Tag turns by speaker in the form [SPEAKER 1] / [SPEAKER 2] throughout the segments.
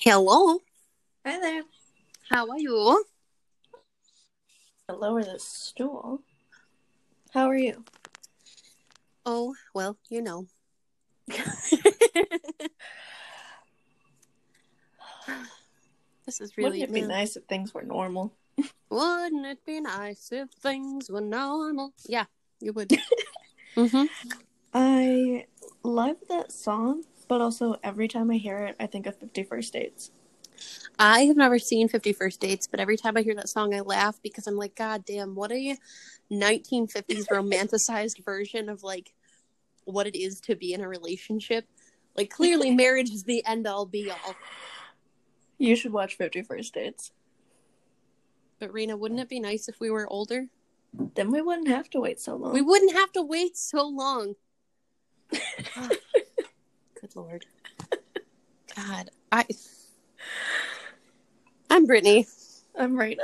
[SPEAKER 1] Hello,
[SPEAKER 2] Hi there.
[SPEAKER 1] how are you?
[SPEAKER 2] Lower the stool. How are you?
[SPEAKER 1] Oh, well, you know. this is really
[SPEAKER 2] Wouldn't it be nice if things were normal?
[SPEAKER 1] Wouldn't it be nice if things were normal? Yeah, you would. mm-hmm.
[SPEAKER 2] I love that song, but also every time I hear it, I think of 51st Dates.
[SPEAKER 1] I have never seen Fifty First Dates, but every time I hear that song, I laugh because I'm like, God damn, what a 1950s romanticized version of like what it is to be in a relationship. Like, clearly, marriage is the end all be all.
[SPEAKER 2] You should watch 51st Dates.
[SPEAKER 1] But Rena, wouldn't it be nice if we were older?
[SPEAKER 2] Then we wouldn't have to wait so long.
[SPEAKER 1] We wouldn't have to wait so long. Good lord. God, I I'm Brittany.
[SPEAKER 2] I'm right.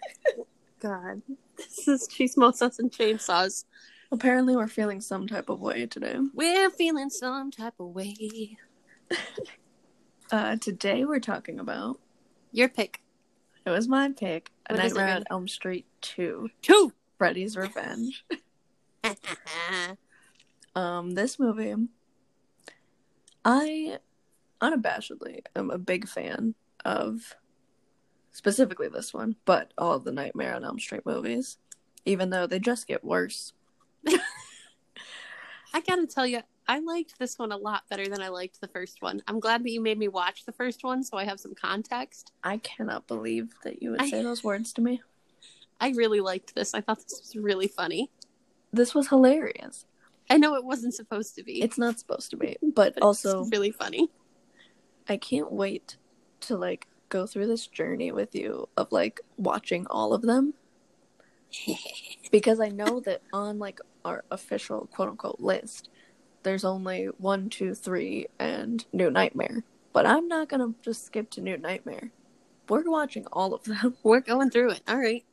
[SPEAKER 1] God. This is Cheese Moses and Chainsaws.
[SPEAKER 2] Apparently, we're feeling some type of way today.
[SPEAKER 1] We're feeling some type of way.
[SPEAKER 2] Uh, today, we're talking about
[SPEAKER 1] Your pick.
[SPEAKER 2] it was my pick A
[SPEAKER 1] What is it,
[SPEAKER 2] Nightmare on
[SPEAKER 1] Ren?
[SPEAKER 2] Elm Street 2
[SPEAKER 1] Two.
[SPEAKER 2] Freddy's Revenge. um this movie i unabashedly am a big fan of specifically this one but all of the nightmare on elm street movies even though they just get worse
[SPEAKER 1] I gotta tell you, I liked this one a lot better than I liked the first one. I'm glad that you made me watch the first one so I have some context.
[SPEAKER 2] i cannot believe that you would
[SPEAKER 1] I-
[SPEAKER 2] say those words to me
[SPEAKER 1] I really liked this. I thought this was really funny.
[SPEAKER 2] this was hilarious
[SPEAKER 1] I know it wasn't supposed to be.
[SPEAKER 2] it's not supposed to be but
[SPEAKER 1] but
[SPEAKER 2] also
[SPEAKER 1] it's really funny.
[SPEAKER 2] i can't wait to like go through this journey with you of like watching all of them because I know that on like our official quote unquote list, there's only one, two, three, and New Nightmare. But I'm not gonna just skip to New Nightmare. We're watching all of them.
[SPEAKER 1] We're going through it. All right.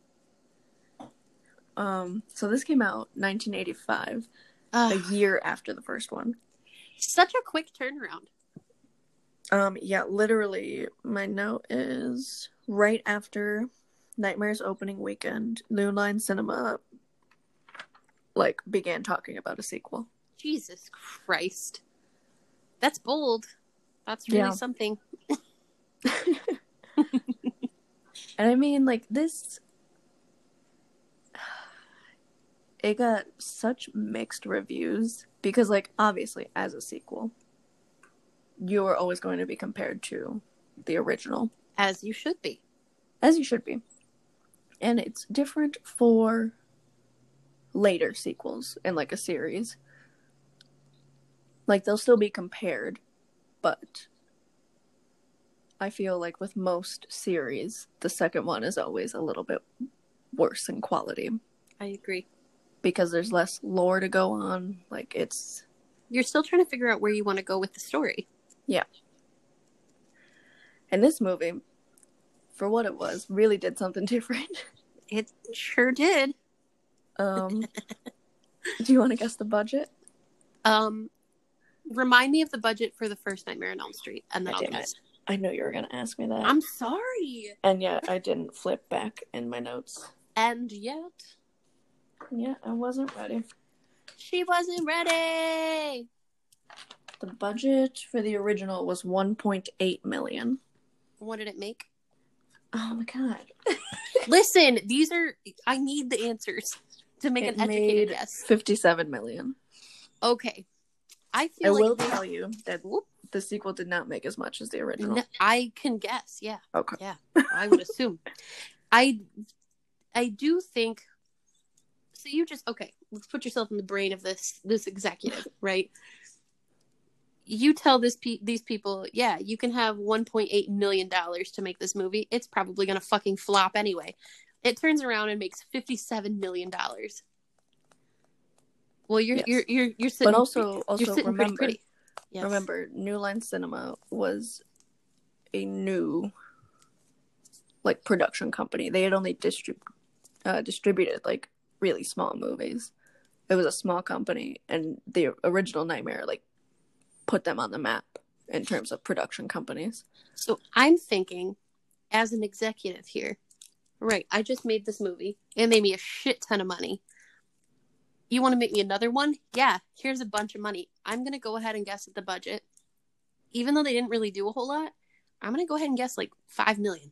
[SPEAKER 2] Um, so this came out 1985, a
[SPEAKER 1] Uh,
[SPEAKER 2] year after the first one.
[SPEAKER 1] such a quick turnaround.
[SPEAKER 2] Um, yeah, literally, my note is right after Nightmare's opening weekend, New Line Cinema like began talking about a sequel.
[SPEAKER 1] Jesus Christ. That's bold. That's really
[SPEAKER 2] Yeah.
[SPEAKER 1] something.
[SPEAKER 2] And I mean, like, this. It got such mixed reviews because, like, obviously, as a sequel, you are always going to be compared to the original,
[SPEAKER 1] As you should be.
[SPEAKER 2] as you should be. And it's different for later sequels in, like, a series. Like, they'll still be compared, but I feel like with most series, the second one is always a little bit worse in quality
[SPEAKER 1] I agree.
[SPEAKER 2] because there's less lore to go on. Like it's
[SPEAKER 1] You're still trying to figure out where you want to go with the story.
[SPEAKER 2] and this movie, for what it was, really did something different.
[SPEAKER 1] It sure did.
[SPEAKER 2] Um Do you want to guess the budget?
[SPEAKER 1] Um, remind me of the budget for the first Nightmare on Elm Street, and then
[SPEAKER 2] I
[SPEAKER 1] I'll
[SPEAKER 2] did
[SPEAKER 1] guess.
[SPEAKER 2] I know you were gonna ask me that.
[SPEAKER 1] I'm sorry.
[SPEAKER 2] and yet I didn't flip back in my notes.
[SPEAKER 1] And yet,
[SPEAKER 2] Yeah, I wasn't ready.
[SPEAKER 1] she wasn't ready.
[SPEAKER 2] The budget for the original was one point eight million.
[SPEAKER 1] What did it make?
[SPEAKER 2] Oh my god.
[SPEAKER 1] Listen, these are. I need the answers to make
[SPEAKER 2] It
[SPEAKER 1] an educated
[SPEAKER 2] made-
[SPEAKER 1] guess.
[SPEAKER 2] Fifty seven million.
[SPEAKER 1] Okay, I
[SPEAKER 2] I
[SPEAKER 1] feel like
[SPEAKER 2] will
[SPEAKER 1] they-
[SPEAKER 2] tell you that
[SPEAKER 1] Whoop.
[SPEAKER 2] the sequel did not make as much as the original.
[SPEAKER 1] No, I can guess. Yeah.
[SPEAKER 2] Okay.
[SPEAKER 1] Yeah. I would assume. I I do think so you just okay, let's put yourself in the brain of this this executive, right? You tell this pe- these people, yeah, you can have 1.8 million dollars to make this movie. It's probably going to fucking flop anyway. It turns around and makes 57 million dollars. Well, you're
[SPEAKER 2] Yes.
[SPEAKER 1] you're you're you're sitting
[SPEAKER 2] But also,
[SPEAKER 1] you're
[SPEAKER 2] also
[SPEAKER 1] sitting pretty
[SPEAKER 2] remember,
[SPEAKER 1] pretty. Yes.
[SPEAKER 2] remember, New Line Cinema was a new like production company. They had only distrib- uh, distributed like really small movies. It was a small company, and the original Nightmare like put them on the map in terms of production companies.
[SPEAKER 1] So I'm thinking, as an executive here, right? I just made this movie. It made me a shit ton of money. You want to make me another one? Yeah, here's a bunch of money. I'm going to go ahead and guess at the budget. Even though they didn't really do a whole lot, I'm going to go ahead and guess like 5 million.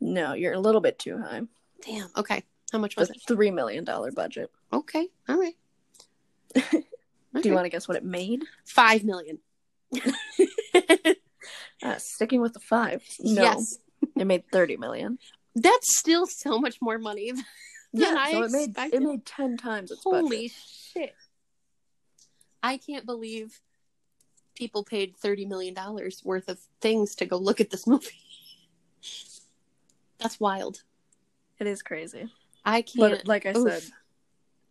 [SPEAKER 2] No, you're a little bit too high.
[SPEAKER 1] Damn. Okay. How much was
[SPEAKER 2] The
[SPEAKER 1] it?
[SPEAKER 2] three million dollar budget.
[SPEAKER 1] Okay. All right.
[SPEAKER 2] Do you want to guess what it made?
[SPEAKER 1] 5 million.
[SPEAKER 2] Uh, sticking with the five. No,
[SPEAKER 1] Yes.
[SPEAKER 2] it made thirty million.
[SPEAKER 1] That's still so much more money. than I
[SPEAKER 2] so it made it
[SPEAKER 1] expected.
[SPEAKER 2] made ten times its
[SPEAKER 1] Holy
[SPEAKER 2] budget.
[SPEAKER 1] shit. I can't believe people paid $30 million worth of things to go look at this movie. That's wild.
[SPEAKER 2] It is crazy,
[SPEAKER 1] I can't.
[SPEAKER 2] but like I
[SPEAKER 1] Oof.
[SPEAKER 2] said,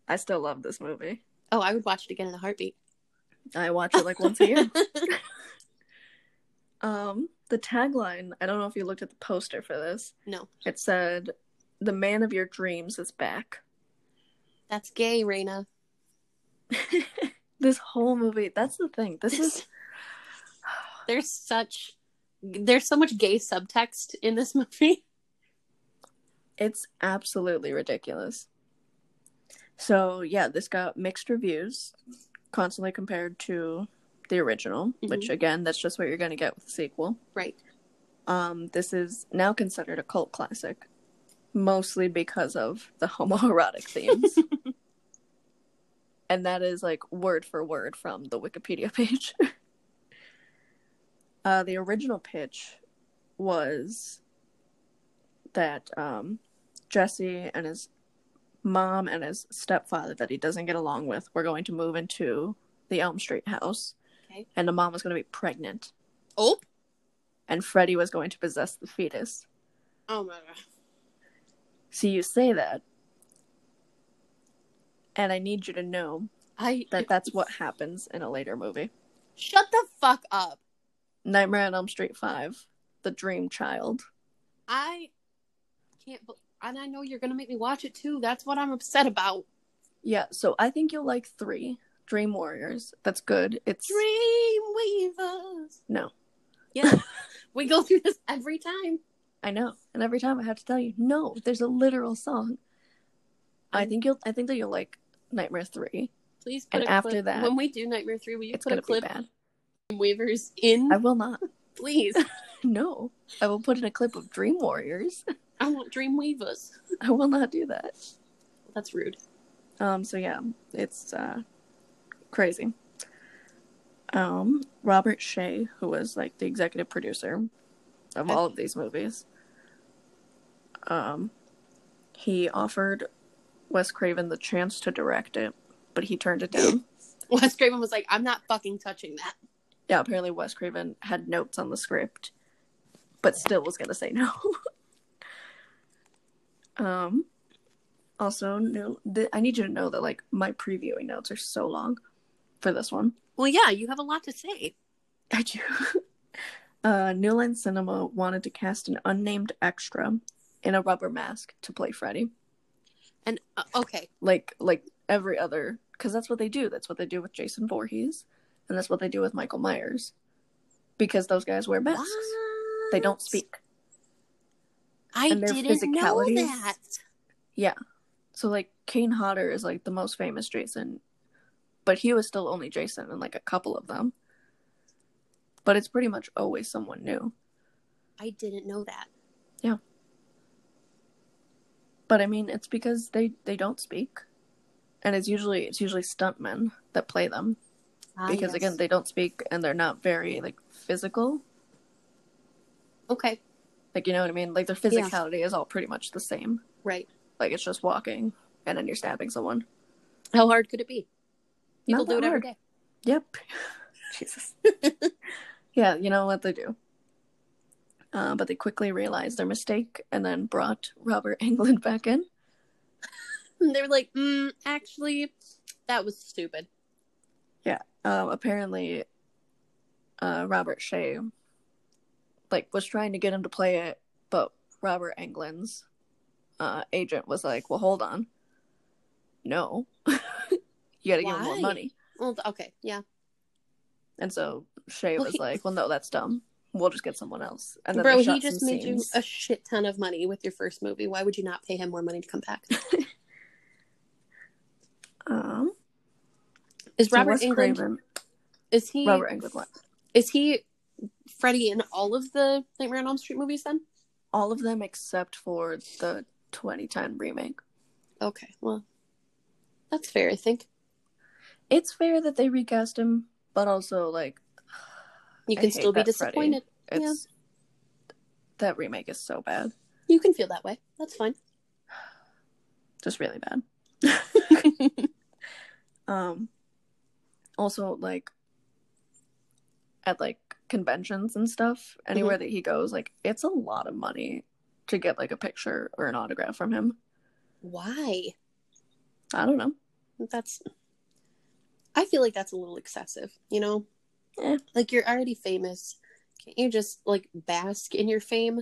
[SPEAKER 2] I still love this movie.
[SPEAKER 1] Oh, I would watch it again in a heartbeat.
[SPEAKER 2] I watch it like once a year. Um, the tagline. I don't know if you looked at the poster for this.
[SPEAKER 1] No.
[SPEAKER 2] It said, "The man of your dreams is back."
[SPEAKER 1] That's gay, Raina.
[SPEAKER 2] This whole movie. That's the thing. This is
[SPEAKER 1] there's such there's so much gay subtext in this movie.
[SPEAKER 2] It's absolutely ridiculous. So yeah, this got mixed reviews, constantly compared to the original, which again, that's just what you're gonna get with the sequel.
[SPEAKER 1] Right.
[SPEAKER 2] Um, this is now considered a cult classic, mostly because of the homoerotic themes. and that is like word for word from the Wikipedia page. uh, the original pitch was that um, Jesse and his mom and his stepfather that he doesn't get along with were going to move into the Elm Street house.
[SPEAKER 1] Okay.
[SPEAKER 2] And the mom was going to be pregnant
[SPEAKER 1] Oh.
[SPEAKER 2] and Freddy was going to possess the fetus.
[SPEAKER 1] Oh my god.
[SPEAKER 2] So you say that, and I need you to know
[SPEAKER 1] I
[SPEAKER 2] that that's what happens in a later movie.
[SPEAKER 1] shut the fuck up.
[SPEAKER 2] Nightmare on Elm Street 5, The Dream Child.
[SPEAKER 1] I can't bel and I know you're gonna make me watch it too. That's what I'm upset about.
[SPEAKER 2] Yeah, so I think you'll like 3, Dream Warriors. That's good. It's
[SPEAKER 1] Dream weavers.
[SPEAKER 2] No.
[SPEAKER 1] Yeah. we go through this every time.
[SPEAKER 2] I know. And every time I have to tell you, no, there's a literal song. I
[SPEAKER 1] Um,
[SPEAKER 2] think you'll I think that you'll like Nightmare 3.
[SPEAKER 1] Please put
[SPEAKER 2] And
[SPEAKER 1] a
[SPEAKER 2] after
[SPEAKER 1] clip.
[SPEAKER 2] that,
[SPEAKER 1] when we do Nightmare Three, will you
[SPEAKER 2] It's
[SPEAKER 1] put
[SPEAKER 2] going
[SPEAKER 1] a
[SPEAKER 2] to be
[SPEAKER 1] clip
[SPEAKER 2] bad.
[SPEAKER 1] of Weavers in?
[SPEAKER 2] I will not.
[SPEAKER 1] Please,
[SPEAKER 2] No. I will put in a clip of Dream Warriors.
[SPEAKER 1] I want Dream Weavers.
[SPEAKER 2] I will not do that.
[SPEAKER 1] That's rude.
[SPEAKER 2] Um, so yeah, it's uh, crazy. Um, Robert Shea, who was like the executive producer of all of these movies, um, he offered Wes Craven the chance to direct it, but he turned it down.
[SPEAKER 1] Wes Craven was like, "I'm not fucking touching that."
[SPEAKER 2] yeah, apparently Wes Craven had notes on the script, but still was gonna say no. um, also, no, th- I need you to know that like my previewing notes are so long for this one.
[SPEAKER 1] Well, yeah, you have a lot to say.
[SPEAKER 2] I do. Uh, New Line Cinema wanted to cast an unnamed extra in a rubber mask to play Freddy,
[SPEAKER 1] And uh, okay,
[SPEAKER 2] like like every other, because that's what they do. That's what they do with Jason Voorhees, and that's what they do with Michael Myers, because those guys wear masks. They don't
[SPEAKER 1] What?
[SPEAKER 2] speak.
[SPEAKER 1] I
[SPEAKER 2] and their
[SPEAKER 1] didn't know
[SPEAKER 2] physicalities.
[SPEAKER 1] that.
[SPEAKER 2] Yeah. So like Kane Hodder is like the most famous Jason, but he was still only Jason in like a couple of them. But it's pretty much always someone new.
[SPEAKER 1] I didn't know that.
[SPEAKER 2] But I mean, it's because they they don't speak, and it's usually it's usually stuntmen that play them
[SPEAKER 1] Ah,
[SPEAKER 2] because
[SPEAKER 1] yes.
[SPEAKER 2] again they don't speak and they're not very like physical.
[SPEAKER 1] okay,
[SPEAKER 2] Like you know what I mean? Like their physicality is all pretty much the same.
[SPEAKER 1] right.
[SPEAKER 2] Like it's just walking and then you're stabbing someone.
[SPEAKER 1] How hard could it be? People
[SPEAKER 2] Not
[SPEAKER 1] do
[SPEAKER 2] that
[SPEAKER 1] it every
[SPEAKER 2] hard.
[SPEAKER 1] day.
[SPEAKER 2] Yep. Jesus. yeah, you know what they do. Uh, but they quickly realized their mistake and then brought Robert England back in.
[SPEAKER 1] And they were like, mm, "Actually, that was stupid."
[SPEAKER 2] Um, apparently, uh, Robert Shea like was trying to get him to play it, but Robert England's uh, agent was like, "Well, hold on, no, you got to give him more
[SPEAKER 1] Why?
[SPEAKER 2] money."
[SPEAKER 1] Well, th- okay, yeah.
[SPEAKER 2] And so Shay
[SPEAKER 1] Well,
[SPEAKER 2] was
[SPEAKER 1] he-
[SPEAKER 2] like, "Well, no, that's dumb. We'll just get someone else." And then
[SPEAKER 1] Bro,
[SPEAKER 2] they
[SPEAKER 1] he
[SPEAKER 2] shot
[SPEAKER 1] just
[SPEAKER 2] some
[SPEAKER 1] made
[SPEAKER 2] scenes.
[SPEAKER 1] you a shit ton of money with your first movie. Why would you not pay him more money to come back?
[SPEAKER 2] um
[SPEAKER 1] Is Robert
[SPEAKER 2] Wes
[SPEAKER 1] England
[SPEAKER 2] Craven-
[SPEAKER 1] is he
[SPEAKER 2] Robert Englund. what?
[SPEAKER 1] is he Freddy in all of the Nightmare on Elm Street movies then?
[SPEAKER 2] All of them except for the 2010 remake.
[SPEAKER 1] Okay, well that's fair, I think.
[SPEAKER 2] It's fair that they recast him, but also like
[SPEAKER 1] You
[SPEAKER 2] I
[SPEAKER 1] can
[SPEAKER 2] hate
[SPEAKER 1] still be
[SPEAKER 2] that Freddy.
[SPEAKER 1] disappointed.
[SPEAKER 2] it's that remake is so bad,
[SPEAKER 1] You can feel that way. That's fine.
[SPEAKER 2] just really bad. Um, also like at like conventions and stuff, anywhere that he goes, like it's a lot of money to get like a picture or an autograph from him.
[SPEAKER 1] Why?
[SPEAKER 2] I don't know.
[SPEAKER 1] That's I feel like that's a little excessive, you know?
[SPEAKER 2] Eh.
[SPEAKER 1] Like you're already famous. Can't you just like bask in your fame?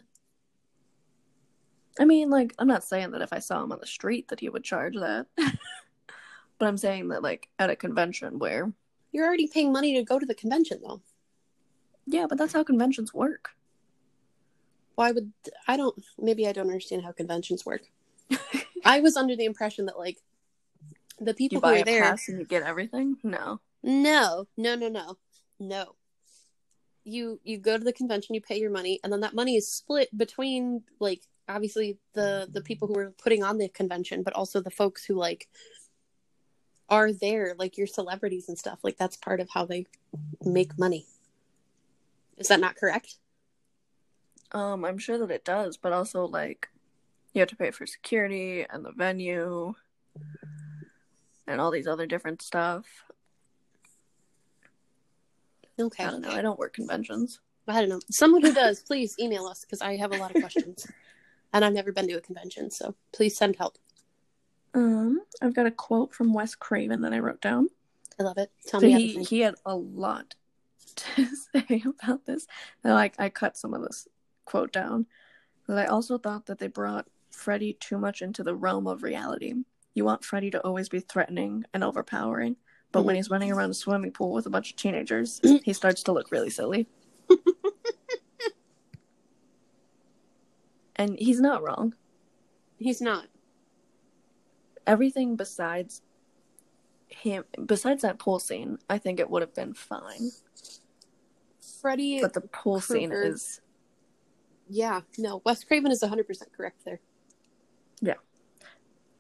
[SPEAKER 2] I mean, like, I'm not saying that if I saw him on the street that he would charge that. but I'm saying that, like, at a convention where.
[SPEAKER 1] You're already paying money to go to the convention though.
[SPEAKER 2] Yeah, but that's how conventions work.
[SPEAKER 1] Why would I don't maybe I don't understand how conventions work. I was under the impression that like the
[SPEAKER 2] You
[SPEAKER 1] people who
[SPEAKER 2] buy
[SPEAKER 1] are
[SPEAKER 2] a
[SPEAKER 1] there
[SPEAKER 2] pass and you get everything? No.
[SPEAKER 1] No, no, no, no, no. You you go to the convention, you pay your money, and then that money is split between like obviously the the people who are putting on the convention, but also the folks who like are there, like your celebrities and stuff. Like that's part of how they make money. Is that not correct?
[SPEAKER 2] Um, I'm sure that it does, but also, like, you have to pay for security and the venue and all these other different stuff.
[SPEAKER 1] Okay.
[SPEAKER 2] I don't know. I don't work conventions.
[SPEAKER 1] I don't know. Someone who does, please email us because I have a lot of questions. and I've never been to a convention, so please send help.
[SPEAKER 2] Um, I've got a quote from Wes Craven that I wrote down.
[SPEAKER 1] I love it. Tell
[SPEAKER 2] So
[SPEAKER 1] me
[SPEAKER 2] he,
[SPEAKER 1] everything.
[SPEAKER 2] he had a lot to say about this. And like I cut some of this quote down. But I also thought that they brought Freddy too much into the realm of reality. You want Freddy to always be threatening and overpowering, but
[SPEAKER 1] Mm-hmm.
[SPEAKER 2] when he's running around a swimming pool with a bunch of teenagers, he starts to look really silly. and he's not wrong.
[SPEAKER 1] He's not.
[SPEAKER 2] Everything besides him besides that pool scene, I think it would have been fine.
[SPEAKER 1] Freddie
[SPEAKER 2] but the pool scene
[SPEAKER 1] Krueger.
[SPEAKER 2] is
[SPEAKER 1] Yeah, no, Wes Craven is 100% correct there.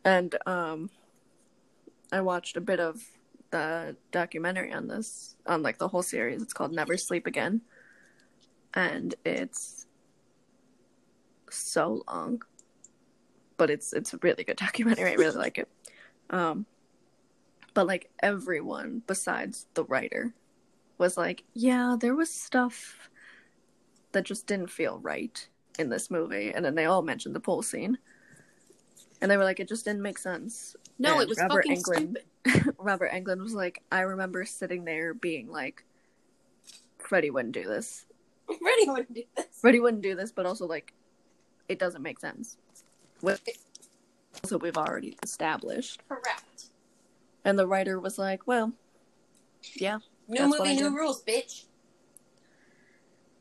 [SPEAKER 2] and um i watched a bit of the documentary on this on like the whole series it's called never sleep again and it's so long but it's it's a really good documentary i really like it um but like everyone besides the writer was like yeah there was stuff that just didn't feel right in this movie and then they all mentioned the pool scene and they were like it just didn't make sense
[SPEAKER 1] No,
[SPEAKER 2] And
[SPEAKER 1] it was
[SPEAKER 2] Robert
[SPEAKER 1] fucking
[SPEAKER 2] Englund.
[SPEAKER 1] stupid.
[SPEAKER 2] Robert Englund was like, I remember sitting there being like, Freddie wouldn't do this.
[SPEAKER 1] Freddie wouldn't do this.
[SPEAKER 2] Freddie wouldn't do this, but also like, it doesn't make sense. What also we've already established.
[SPEAKER 1] Correct.
[SPEAKER 2] And the writer was like, well, yeah,
[SPEAKER 1] New
[SPEAKER 2] That's what I
[SPEAKER 1] movie, new
[SPEAKER 2] did.
[SPEAKER 1] rules, bitch.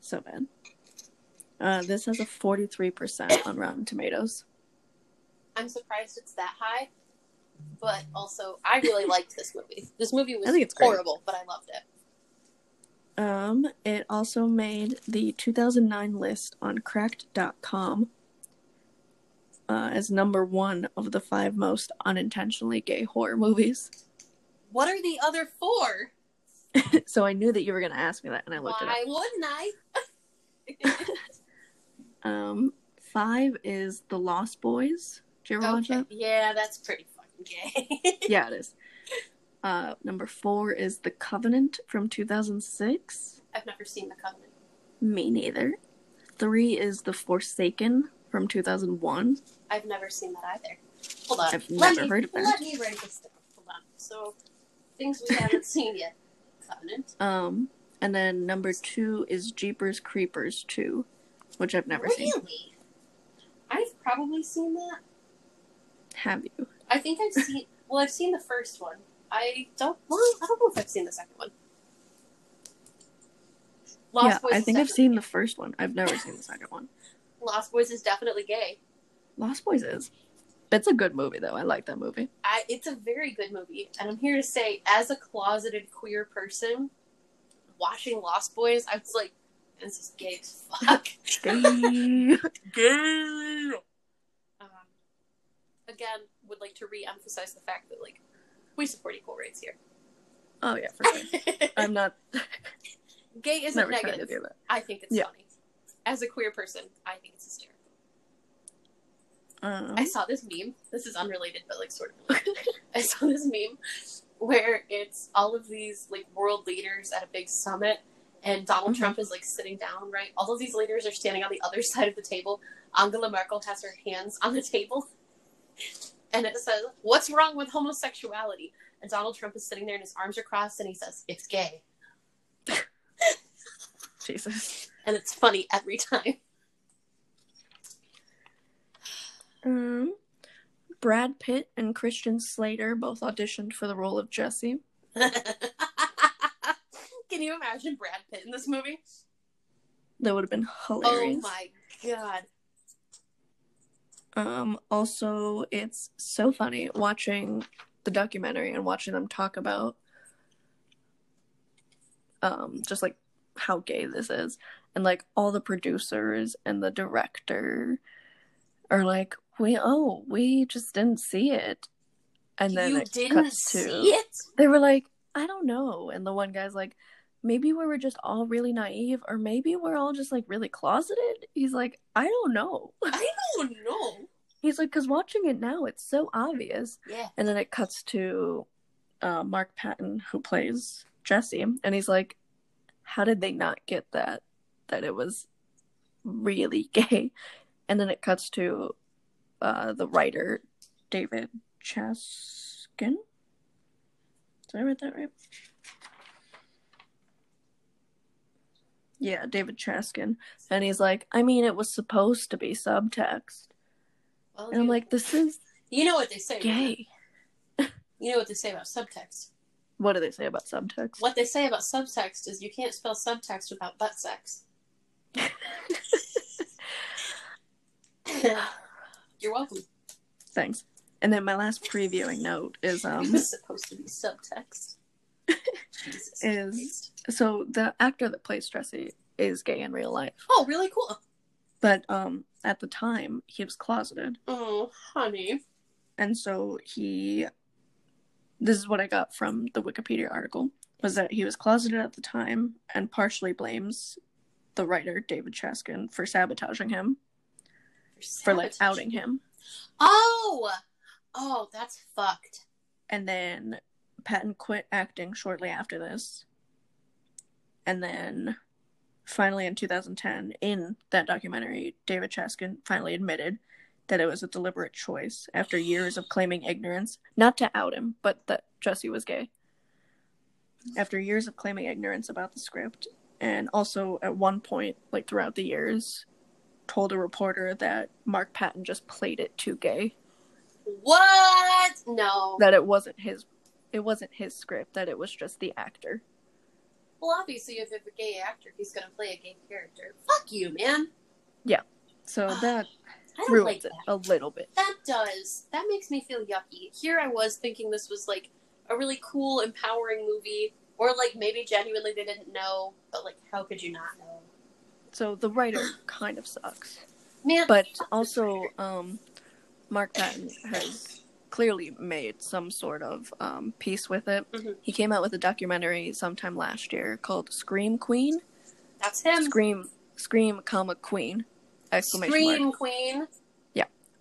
[SPEAKER 2] so bad. Uh, this has a 43% on Rotten Tomatoes.
[SPEAKER 1] I'm surprised it's that high, but also I really liked this movie. This movie was
[SPEAKER 2] I think it's great.
[SPEAKER 1] horrible, but I loved it.
[SPEAKER 2] Um, it also made the 2009 list on cracked.com uh, as number one of the five most unintentionally gay horror movies.
[SPEAKER 1] What are the other four?
[SPEAKER 2] so I knew that you were going to ask me that, and I looked
[SPEAKER 1] Why wouldn't I?
[SPEAKER 2] it up. Um, five is The Lost Boys. Did you ever watch
[SPEAKER 1] Okay.
[SPEAKER 2] that?
[SPEAKER 1] Yeah, that's pretty fucking gay.
[SPEAKER 2] Yeah, it is. Uh, number four is The Covenant from 2006.
[SPEAKER 1] I've never seen The Covenant.
[SPEAKER 2] Me neither. Three is The Forsaken from 2001.
[SPEAKER 1] I've never seen that either. Hold on.
[SPEAKER 2] I've
[SPEAKER 1] Let
[SPEAKER 2] never
[SPEAKER 1] me-
[SPEAKER 2] heard of that.
[SPEAKER 1] Let me write this down. Hold on. So, things we haven't seen yet. Covenant.
[SPEAKER 2] Um, and then number two is Jeepers Creepers 2, which I've never
[SPEAKER 1] really?
[SPEAKER 2] seen.
[SPEAKER 1] I've probably seen that.
[SPEAKER 2] Have you?
[SPEAKER 1] I think I've seen. well, I've seen the first one. I don't. Well, I don't know if I've seen the second one. Lost
[SPEAKER 2] yeah,
[SPEAKER 1] Boys.
[SPEAKER 2] I
[SPEAKER 1] is
[SPEAKER 2] think I've
[SPEAKER 1] definitely-
[SPEAKER 2] seen the first one. I've never seen the second one.
[SPEAKER 1] Lost Boys is definitely gay.
[SPEAKER 2] Lost Boys is. It's a good movie though. I like that movie.
[SPEAKER 1] I, it's a very good movie, and I'm here to say, as a closeted queer person, watching Lost Boys, I was like, "This is gay as fuck." gay. Um, again, would like to re-emphasize the fact that like we support equal rights here.
[SPEAKER 2] oh yeah, for sure. I'm not
[SPEAKER 1] gay isn't
[SPEAKER 2] never trying to
[SPEAKER 1] negative.
[SPEAKER 2] do that.
[SPEAKER 1] I think it's
[SPEAKER 2] Yeah.
[SPEAKER 1] funny. As a queer person, I think it's hysterical.
[SPEAKER 2] Um,
[SPEAKER 1] I saw this meme. This is unrelated, but like sort of. related. I saw this meme where it's all of these like world leaders at a big summit, and Donald
[SPEAKER 2] Mhm.
[SPEAKER 1] Trump is like sitting down. Right, all of these leaders are standing on the other side of the table. Angela Merkel has her hands on the table, and it says, "What's wrong with homosexuality?" And Donald Trump is sitting there, and his arms are crossed, and he says, "It's gay,"
[SPEAKER 2] Jesus.
[SPEAKER 1] and it's funny every time.
[SPEAKER 2] Um, Brad Pitt and Christian Slater both auditioned for the role of Jesse.
[SPEAKER 1] Can you imagine Brad Pitt in this movie?
[SPEAKER 2] That would have been hilarious.
[SPEAKER 1] Oh my god.
[SPEAKER 2] Um, also, it's so funny watching the documentary and watching them talk about um, just like how gay this is, and like all the producers and the director are like, we oh we just didn't see it, and then
[SPEAKER 1] you
[SPEAKER 2] it
[SPEAKER 1] didn't
[SPEAKER 2] cuts to
[SPEAKER 1] see it?
[SPEAKER 2] they were like, I don't know, and the one guy's like. Maybe we were just all really naive, or maybe we're all just like really closeted. He's like, I don't know.
[SPEAKER 1] I don't know.
[SPEAKER 2] He's like, because watching it now, it's so obvious.
[SPEAKER 1] Yeah.
[SPEAKER 2] And then it cuts to uh, Mark Patton, who plays Jesse, and he's like, how did they not get that? That it was really gay. And then it cuts to uh, the writer, David Chaskin. Did I read that right? Yeah, David Chaskin. And he's like, I mean, it was supposed to be subtext.
[SPEAKER 1] Well,
[SPEAKER 2] And I'm
[SPEAKER 1] dude,
[SPEAKER 2] like, this is
[SPEAKER 1] you know what they say.
[SPEAKER 2] gay.
[SPEAKER 1] You know what they say about subtext.
[SPEAKER 2] What do they say about subtext?
[SPEAKER 1] What they say about subtext is you can't spell subtext without butt sex. You're welcome.
[SPEAKER 2] Thanks. And then my last previewing note is
[SPEAKER 1] It
[SPEAKER 2] um
[SPEAKER 1] was supposed to be subtext. Jesus
[SPEAKER 2] Is-
[SPEAKER 1] Christ.
[SPEAKER 2] so the actor that plays Jesse is gay in real life,
[SPEAKER 1] Oh, really cool.
[SPEAKER 2] but um at the time he was closeted,
[SPEAKER 1] Oh, honey.
[SPEAKER 2] and so he this is what I got from the Wikipedia article was that he was closeted at the time and partially blames the writer David Chaskin for sabotaging him for like outing him.
[SPEAKER 1] Oh! Oh, that's fucked.
[SPEAKER 2] and then Patton quit acting shortly after this. And then finally in 2010, in that documentary, David Chaskin finally admitted that it was a deliberate choice after years of claiming ignorance, not to out him, but that Jesse was gay. After years of claiming ignorance about the script, and also at one point, like throughout the years, told a reporter that Mark Patton just played it too gay
[SPEAKER 1] What? No.
[SPEAKER 2] that it wasn't his it wasn't his script that it was just the actor
[SPEAKER 1] Well, obviously, if it's a gay actor, he's gonna play a gay character. Fuck you, man.
[SPEAKER 2] so that
[SPEAKER 1] Ah, I don't
[SPEAKER 2] ruins
[SPEAKER 1] like
[SPEAKER 2] it
[SPEAKER 1] that.
[SPEAKER 2] a little bit
[SPEAKER 1] That does. That makes me feel yucky. Here I was thinking this was like a really cool, empowering movie, or like maybe genuinely they didn't know, but like how could you not know?
[SPEAKER 2] so the writer kind of sucks
[SPEAKER 1] Man,
[SPEAKER 2] but also um mark patton has clearly made some sort of um, peace with it
[SPEAKER 1] Mhm.
[SPEAKER 2] he came out with a documentary sometime last year called scream queen
[SPEAKER 1] that's him.
[SPEAKER 2] scream scream comma queen exclamation
[SPEAKER 1] Scream
[SPEAKER 2] mark
[SPEAKER 1] Queen.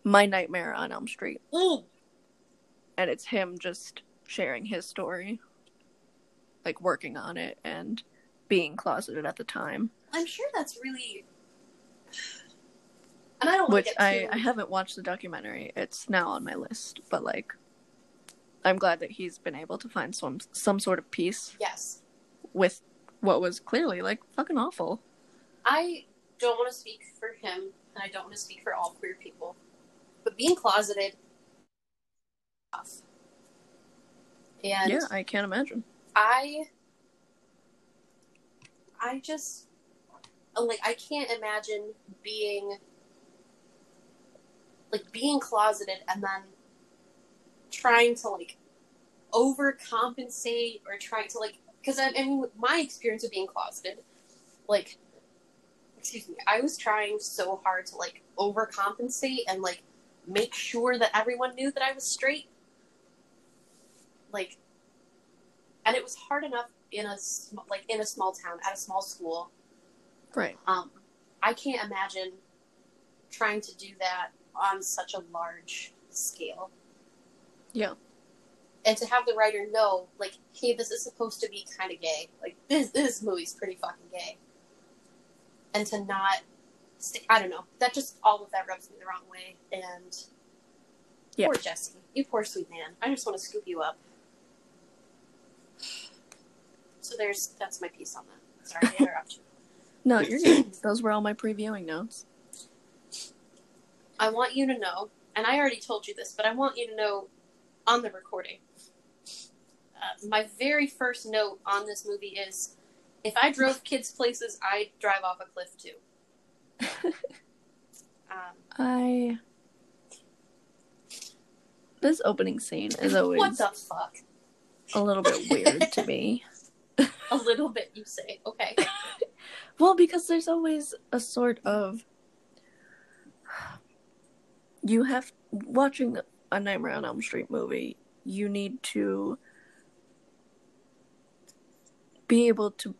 [SPEAKER 2] my nightmare on elm street
[SPEAKER 1] Ooh,
[SPEAKER 2] and it's him just sharing his story like working on it and being closeted at the time
[SPEAKER 1] I'm sure that's really. And I don't want
[SPEAKER 2] which
[SPEAKER 1] to get
[SPEAKER 2] I,
[SPEAKER 1] too.
[SPEAKER 2] I haven't watched the documentary it's now on my list but like i'm glad that he's been able to find some some sort of peace
[SPEAKER 1] yes,
[SPEAKER 2] with what was clearly like fucking awful
[SPEAKER 1] I don't want to speak for him, and I don't want to speak for all queer people. But being closeted, tough. and
[SPEAKER 2] yeah i can't imagine
[SPEAKER 1] I, I just like I can't imagine being like being closeted and then trying to like overcompensate or trying to like because I, I mean with my experience of being closeted like excuse me I was trying so hard to like overcompensate and like make sure that everyone knew that I was straight like and it was hard enough in a sm- like in a small town at a small school
[SPEAKER 2] Right.
[SPEAKER 1] um, I can't imagine trying to do that on such a large scale.
[SPEAKER 2] Yeah.
[SPEAKER 1] And to have the writer know, like, hey, this is supposed to be kind of gay. Like, this this movie's pretty fucking gay. And to not, stick, I don't know. That just all of that rubs me the wrong way. And
[SPEAKER 2] Yeah.
[SPEAKER 1] poor Jesse, you poor sweet man. I just want to scoop you up. So there's that's my piece on that. Sorry to interrupt you.
[SPEAKER 2] No, you're good. Those were all my previewing notes.
[SPEAKER 1] I want you to know, and I already told you this, but I want you to know on the recording. Uh, my very first note on this movie is if I drove kids places, I'd drive off a cliff too. um,
[SPEAKER 2] I. This opening scene is always
[SPEAKER 1] what the fuck?
[SPEAKER 2] a little bit weird to me.
[SPEAKER 1] A little bit, you say. Okay.
[SPEAKER 2] Well, because there's always a sort of you have watching the, a Nightmare on Elm Street movie, you need to be able to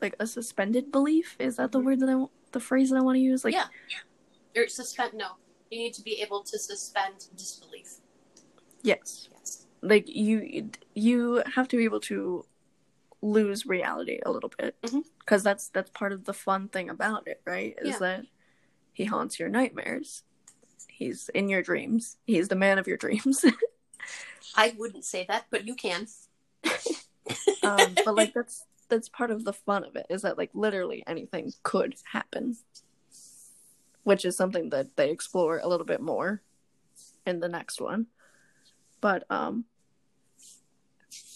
[SPEAKER 2] like a suspended belief. Is that the
[SPEAKER 1] Mhm.
[SPEAKER 2] word that I wa- the phrase that I want to use? Like
[SPEAKER 1] yeah. Or suspend, no. You need to be able to suspend disbelief.
[SPEAKER 2] yes.
[SPEAKER 1] Yes.
[SPEAKER 2] like you you have to be able to lose reality a little bit because
[SPEAKER 1] Mhm.
[SPEAKER 2] that's that's part of the fun thing about it right is
[SPEAKER 1] Yeah.
[SPEAKER 2] that he haunts your nightmares he's in your dreams he's the man of your dreams
[SPEAKER 1] I wouldn't say that, but you can.
[SPEAKER 2] um, but like that's that's part of the fun of it is that like literally anything could happen which is something that they explore a little bit more in the next one but um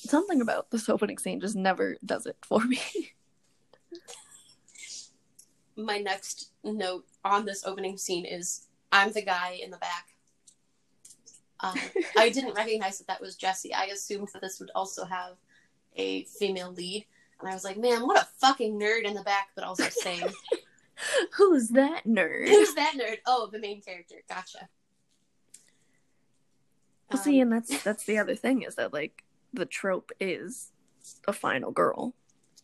[SPEAKER 2] something about this opening scene just never does it for me
[SPEAKER 1] my next note on this opening scene is I'm the guy in the back. Um, I didn't recognize that that was Jesse. I assumed that this would also have a female lead. And I was like, man, what a fucking nerd in the back, but also saying,
[SPEAKER 2] who's that nerd
[SPEAKER 1] who's that nerd? Oh, the main character. Gotcha. Um,
[SPEAKER 2] well, see and that's that's the other thing is that like the trope is a final girl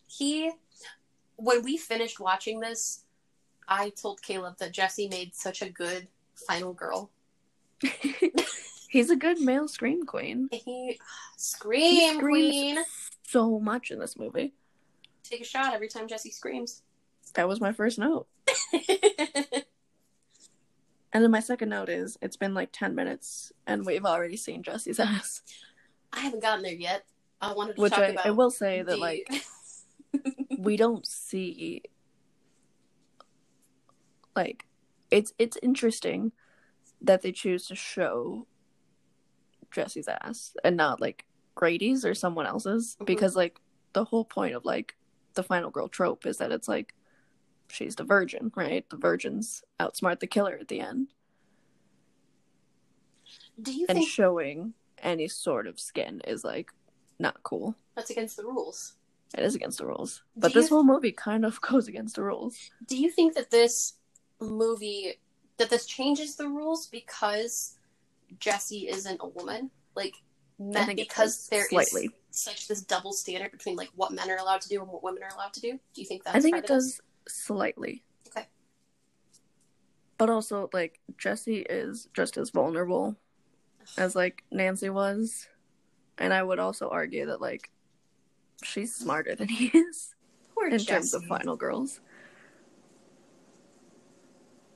[SPEAKER 1] he when we finished watching this i told caleb that jesse made such a good final girl
[SPEAKER 2] he's a good male scream queen
[SPEAKER 1] he
[SPEAKER 2] He
[SPEAKER 1] scream
[SPEAKER 2] screams
[SPEAKER 1] queen
[SPEAKER 2] so much in this movie
[SPEAKER 1] take a shot every time jesse screams
[SPEAKER 2] that was my first note And then my second note is it's been like 10 minutes and we've already seen Jesse's ass.
[SPEAKER 1] I haven't gotten there yet. I wanted to
[SPEAKER 2] Which
[SPEAKER 1] talk
[SPEAKER 2] I,
[SPEAKER 1] about
[SPEAKER 2] I will say
[SPEAKER 1] the-
[SPEAKER 2] that like we don't see like it's it's interesting that they choose to show Jesse's ass and not like Grady's or someone else's
[SPEAKER 1] Mhm.
[SPEAKER 2] because like the whole point of like the final girl trope is that it's like she's the virgin, right? The virgins outsmart the killer at the end.
[SPEAKER 1] do you
[SPEAKER 2] and
[SPEAKER 1] think
[SPEAKER 2] showing any sort of skin is like not cool.
[SPEAKER 1] that's against the rules?
[SPEAKER 2] It is against the rules. But
[SPEAKER 1] Do
[SPEAKER 2] this
[SPEAKER 1] you-
[SPEAKER 2] whole movie kind of goes against the rules.
[SPEAKER 1] Do you think that this movie that this changes the rules because Jessie isn't a woman? Like
[SPEAKER 2] I
[SPEAKER 1] men,
[SPEAKER 2] think it
[SPEAKER 1] because
[SPEAKER 2] does
[SPEAKER 1] there is
[SPEAKER 2] slightly.
[SPEAKER 1] such this double standard between like what men are allowed to do and what women are allowed to do. Do you think that's
[SPEAKER 2] I think
[SPEAKER 1] part
[SPEAKER 2] it
[SPEAKER 1] of
[SPEAKER 2] does slightly.
[SPEAKER 1] Okay.
[SPEAKER 2] But also like Jesse is just as vulnerable as like Nancy was. And I would also argue that like she's smarter than he is
[SPEAKER 1] Poor
[SPEAKER 2] in terms of
[SPEAKER 1] Jesse.
[SPEAKER 2] final girls.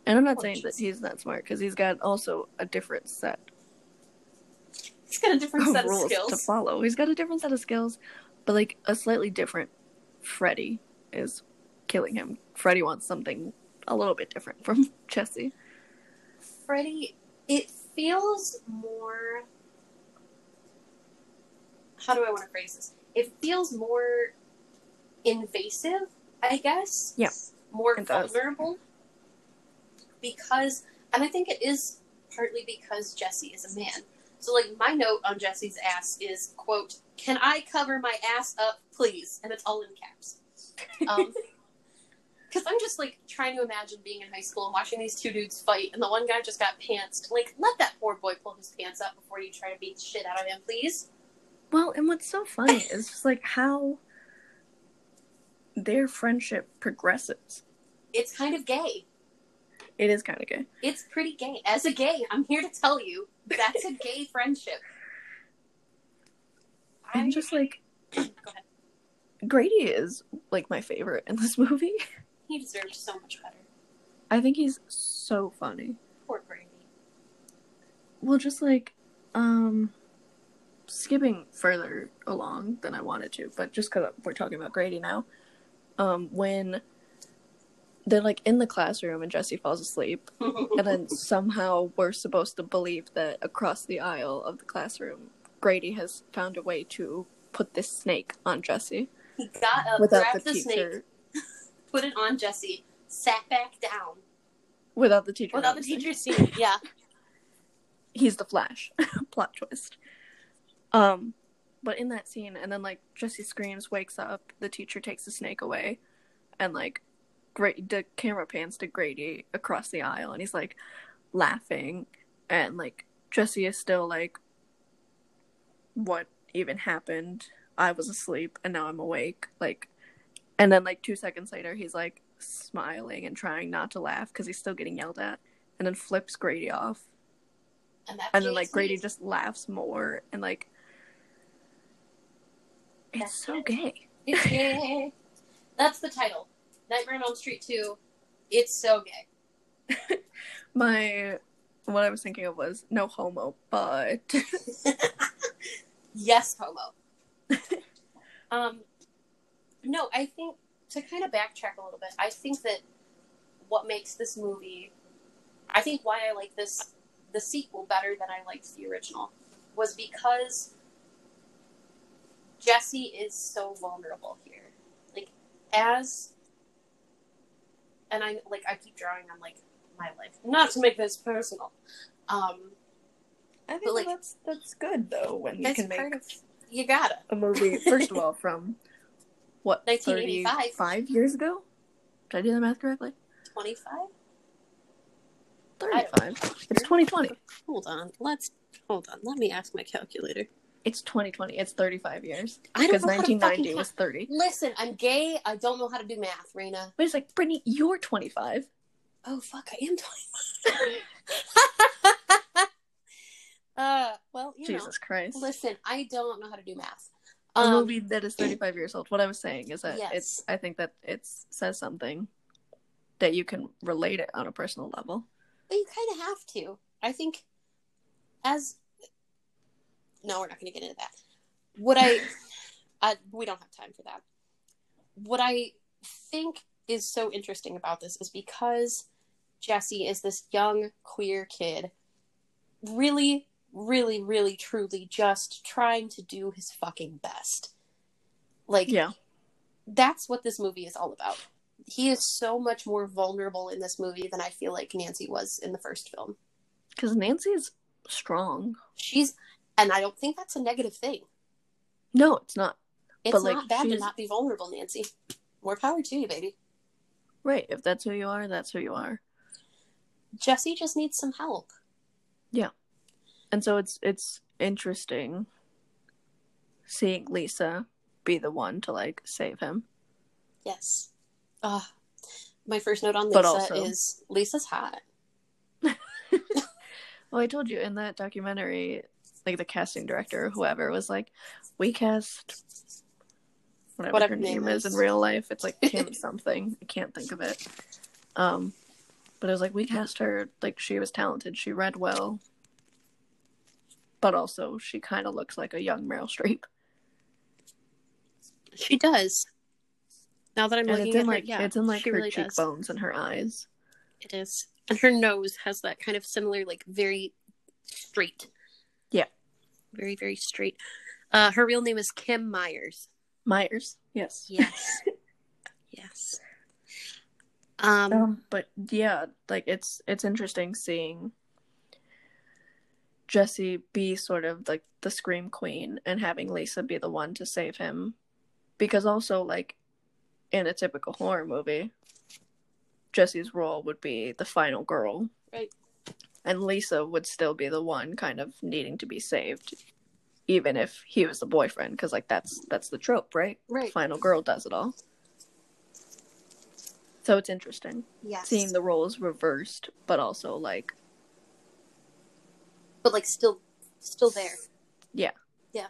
[SPEAKER 2] And I'm not
[SPEAKER 1] Poor
[SPEAKER 2] saying that
[SPEAKER 1] Jesse.
[SPEAKER 2] he's not smart because he's got also a different set
[SPEAKER 1] He's got a different set of
[SPEAKER 2] rules to
[SPEAKER 1] skills.
[SPEAKER 2] follow. He's got a different set of skills, but like a slightly different Freddy is killing him. Freddy wants something a little bit different from Jesse.
[SPEAKER 1] Freddy, it feels more. How do I want to phrase this? It feels more invasive, I guess.
[SPEAKER 2] Yeah.
[SPEAKER 1] more
[SPEAKER 2] It does.
[SPEAKER 1] vulnerable because, and I think it is partly because Jesse is a man. So, like, my note on Jesse's ass is, quote, can I cover my ass up, please? And it's all in caps. Um, because I'm just like trying to imagine being in high school and watching these two dudes fight, and the one guy just got pantsed. Like, let that poor boy pull his pants up before you try to beat the shit out of him, please.
[SPEAKER 2] Well, and what's so funny is just like how their friendship progresses.
[SPEAKER 1] It's kind of gay.
[SPEAKER 2] It is kind of gay.
[SPEAKER 1] It's pretty gay. As a gay, I'm here to tell you that's a gay friendship.
[SPEAKER 2] I'm just like
[SPEAKER 1] Go ahead.
[SPEAKER 2] Grady is like my favorite in this movie.
[SPEAKER 1] He deserves so much better.
[SPEAKER 2] I think he's so funny.
[SPEAKER 1] Poor Grady.
[SPEAKER 2] Well, just like um skipping further along than I wanted to, but just cuz we're talking about Grady now. Um when they're like in the classroom and Jesse falls asleep and then somehow we're supposed to believe that across the aisle of the classroom, Grady has found a way to put this snake on Jesse
[SPEAKER 1] he got up,
[SPEAKER 2] without the
[SPEAKER 1] grabbed Uh, the, snake,
[SPEAKER 2] teacher,
[SPEAKER 1] put it on Jesse, sat back down
[SPEAKER 2] without the teacher,
[SPEAKER 1] without the
[SPEAKER 2] noticing.
[SPEAKER 1] teacher seeing. Yeah.
[SPEAKER 2] He's the Flash. Plot twist. Um, but in that scene, and then like Jesse screams, wakes up, the teacher takes the snake away, and like, great the camera pans to Grady across the aisle, and he's like laughing, and like Jesse is still like, what even happened? I was asleep, and now I'm awake. Like, and then like two seconds later, he's like smiling and trying not to laugh because he's still getting yelled at, and then flips Grady off
[SPEAKER 1] And, that
[SPEAKER 2] and then
[SPEAKER 1] kid
[SPEAKER 2] like
[SPEAKER 1] is
[SPEAKER 2] Grady
[SPEAKER 1] neat.
[SPEAKER 2] just laughs more and like it's
[SPEAKER 1] That's
[SPEAKER 2] so
[SPEAKER 1] it.
[SPEAKER 2] gay.
[SPEAKER 1] It's gay. That's the title. Nightmare on Elm Street 2. It's so gay.
[SPEAKER 2] My what I was thinking of was no homo, but
[SPEAKER 1] Yes, homo. um, no, I think to kind of backtrack a little bit, I think that what makes this movie, I think why I like this the sequel better than I liked the original, was because Jesse is so vulnerable here. Like as, and I like I keep drawing on like my life, not to make this personal. Um,
[SPEAKER 2] I think
[SPEAKER 1] But, like-
[SPEAKER 2] that's that's good though when you
[SPEAKER 1] that's
[SPEAKER 2] can
[SPEAKER 1] part
[SPEAKER 2] make
[SPEAKER 1] of you gotta.
[SPEAKER 2] a movie first of all from what
[SPEAKER 1] 1985.
[SPEAKER 2] five years ago. Did I do the math correctly?
[SPEAKER 1] 25?
[SPEAKER 2] Thirty five. It's
[SPEAKER 1] know.
[SPEAKER 2] twenty twenty.
[SPEAKER 1] Hold on. Let's hold on. Let me ask my calculator.
[SPEAKER 2] It's twenty twenty. It's thirty five years.
[SPEAKER 1] I don't
[SPEAKER 2] Because
[SPEAKER 1] know how to fucking
[SPEAKER 2] nineteen ninety
[SPEAKER 1] count.
[SPEAKER 2] was thirty.
[SPEAKER 1] Listen, I'm gay. I don't know how to do math, Raina.
[SPEAKER 2] But it's like, Brittany, you're twenty five.
[SPEAKER 1] Oh fuck, I am 21. uh, well, you
[SPEAKER 2] Jesus Christ.
[SPEAKER 1] know. Listen, I don't know how to do math.
[SPEAKER 2] a
[SPEAKER 1] Um,
[SPEAKER 2] movie that is 35 years old. What I was saying is that
[SPEAKER 1] Yes.
[SPEAKER 2] it's I think that it says something that you can relate it on a personal level.
[SPEAKER 1] but you kind of have to. I think as no, we're not going to get into that. What I, I we don't have time for that. What I think is so interesting about this is because Jesse is this young queer kid, really, really, really, truly just trying to do his fucking best. Like,
[SPEAKER 2] Yeah.
[SPEAKER 1] that's what this movie is all about. He is so much more vulnerable in this movie than I feel like Nancy was in the first film.
[SPEAKER 2] Cuz Nancy is strong.
[SPEAKER 1] She's, and I don't think that's a negative thing.
[SPEAKER 2] No, it's not.
[SPEAKER 1] It's
[SPEAKER 2] But, like,
[SPEAKER 1] not bad to
[SPEAKER 2] she's-
[SPEAKER 1] not be vulnerable, Nancy. More power to you, baby.
[SPEAKER 2] Right. If that's who you are, that's who you are.
[SPEAKER 1] Jesse just needs some help.
[SPEAKER 2] And so it's it's interesting seeing Lisa be the one to like save him.
[SPEAKER 1] Yes. Uh, my first note on Lisa
[SPEAKER 2] But also-
[SPEAKER 1] is Lisa's hot.
[SPEAKER 2] Well, I told you in that documentary like the casting director or whoever was like we cast whatever,
[SPEAKER 1] Whatever
[SPEAKER 2] her
[SPEAKER 1] name
[SPEAKER 2] name is
[SPEAKER 1] is.
[SPEAKER 2] in real life. It's like Kim something. I can't think of it. Um, but it was like we cast her. Like she was talented. She read well, but also she kind of looks like a young Meryl Streep.
[SPEAKER 1] She does. Now that I'm
[SPEAKER 2] and
[SPEAKER 1] looking
[SPEAKER 2] it's
[SPEAKER 1] at
[SPEAKER 2] in
[SPEAKER 1] her,
[SPEAKER 2] like
[SPEAKER 1] yeah,
[SPEAKER 2] it's in like
[SPEAKER 1] she
[SPEAKER 2] her
[SPEAKER 1] really does.
[SPEAKER 2] cheekbones and her eyes.
[SPEAKER 1] It is, and her nose has that kind of similar, like very straight.
[SPEAKER 2] Yeah.
[SPEAKER 1] very very straight. Uh, her real name is Kim Myers.
[SPEAKER 2] Myers. Yes.
[SPEAKER 1] Yes, yes. Um,
[SPEAKER 2] Um, but yeah, like it's it's interesting seeing Jesse be sort of like the scream queen and having Lisa be the one to save him, because also like in a typical horror movie, Jesse's role would be the final girl,
[SPEAKER 1] Right.
[SPEAKER 2] And Lisa would still be the one kind of needing to be saved, even if he was the boyfriend, because like that's that's the trope, right?
[SPEAKER 1] right.
[SPEAKER 2] Final girl does it all. So it's interesting
[SPEAKER 1] Yes.
[SPEAKER 2] seeing the roles reversed, but also like
[SPEAKER 1] but like still, still there.
[SPEAKER 2] Yeah.
[SPEAKER 1] Yeah.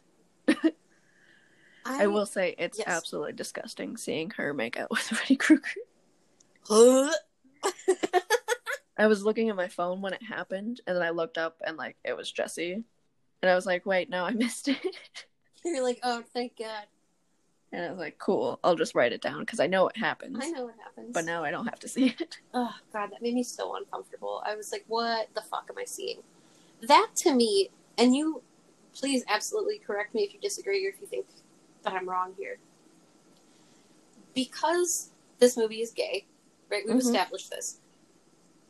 [SPEAKER 2] I will say it's
[SPEAKER 1] yes.
[SPEAKER 2] absolutely disgusting seeing her make out with Freddy Krueger.
[SPEAKER 1] Huh?
[SPEAKER 2] I was looking at my phone when it happened, and then I looked up and like it was Jesse, and I was like, wait, no, I missed it.
[SPEAKER 1] You're like, oh, thank God.
[SPEAKER 2] And I was like, cool, I'll just write it down because I know it happens,
[SPEAKER 1] I know what happens.
[SPEAKER 2] but now I don't have to see it.
[SPEAKER 1] oh god that made me so uncomfortable i was like what the fuck am i seeing that to me and you please absolutely correct me if you disagree or if you think that i'm wrong here because this movie is gay right we've
[SPEAKER 2] Mhm.
[SPEAKER 1] established this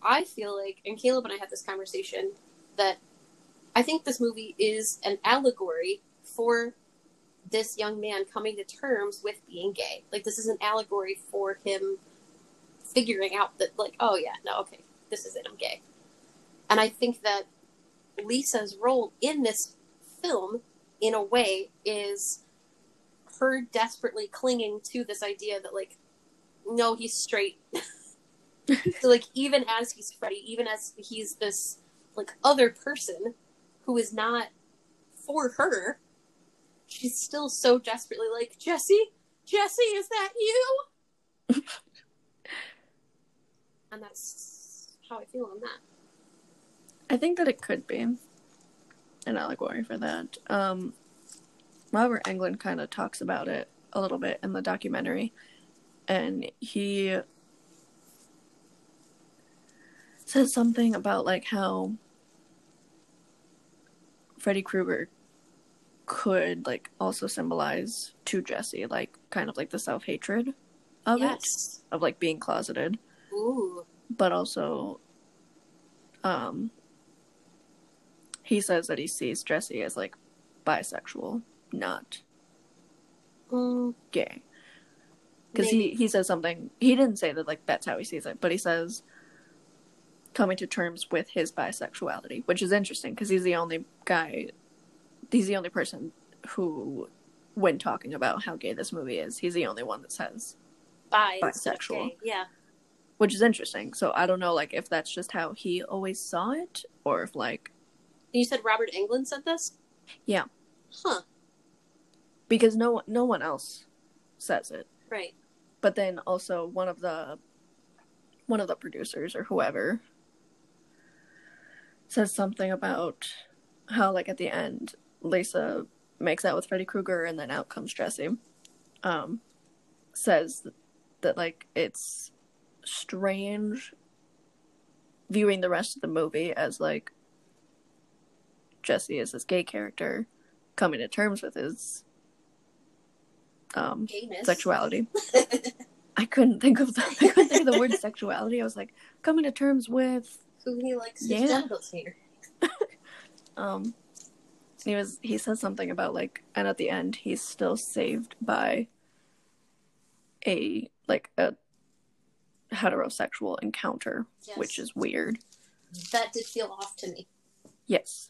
[SPEAKER 1] i feel like and caleb and i had this conversation that i think this movie is an allegory for this young man coming to terms with being gay like this is an allegory for him figuring out that like oh yeah no okay this is it i'm gay and i think that lisa's role in this film in a way is her desperately clinging to this idea that like no he's straight so like even as he's freddy even as he's this like other person who is not for her she's still so desperately like jesse jesse is that you and that's how i feel on that
[SPEAKER 2] I think that it could be an allegory for that. Um, Robert Englund kind of talks about it a little bit in the documentary, and he says something about like how Freddy Krueger could like also symbolize to Jesse like kind of like the self hatred of it
[SPEAKER 1] yes
[SPEAKER 2] of like being closeted
[SPEAKER 1] ooh
[SPEAKER 2] but also um he says that he sees Jesse as like bisexual, not
[SPEAKER 1] Mm,
[SPEAKER 2] gay. Cuz he he says something. He didn't say that like that's how he sees it, but he says coming to terms with his bisexuality, which is interesting cuz he's the only guy he's the only person who when talking about how gay this movie is, he's the only one that says
[SPEAKER 1] bi instead of
[SPEAKER 2] Bisexual.
[SPEAKER 1] gay. yeah
[SPEAKER 2] which is interesting. So I don't know, like, if that's just how he always saw it, or if like
[SPEAKER 1] you said robert englund said this
[SPEAKER 2] Yeah.
[SPEAKER 1] huh
[SPEAKER 2] because no one- no one else says it.
[SPEAKER 1] right
[SPEAKER 2] But then also one of the one of the producers or whoever says something about how like at the end Lisa makes out with Freddy Krueger and then out comes Jesse. Um, says that like it's strange viewing the rest of the movie as like Jesse is this gay character coming to terms with his um
[SPEAKER 1] gayness
[SPEAKER 2] sexuality. I couldn't think of the I couldn't think of the word sexuality. I was like coming to terms with
[SPEAKER 1] who he likes his
[SPEAKER 2] Yeah.
[SPEAKER 1] genitals here
[SPEAKER 2] um and he was he says something about like and at the end he's still saved by a like a heterosexual encounter,
[SPEAKER 1] yes.
[SPEAKER 2] which is weird.
[SPEAKER 1] that did feel off to me
[SPEAKER 2] Yes.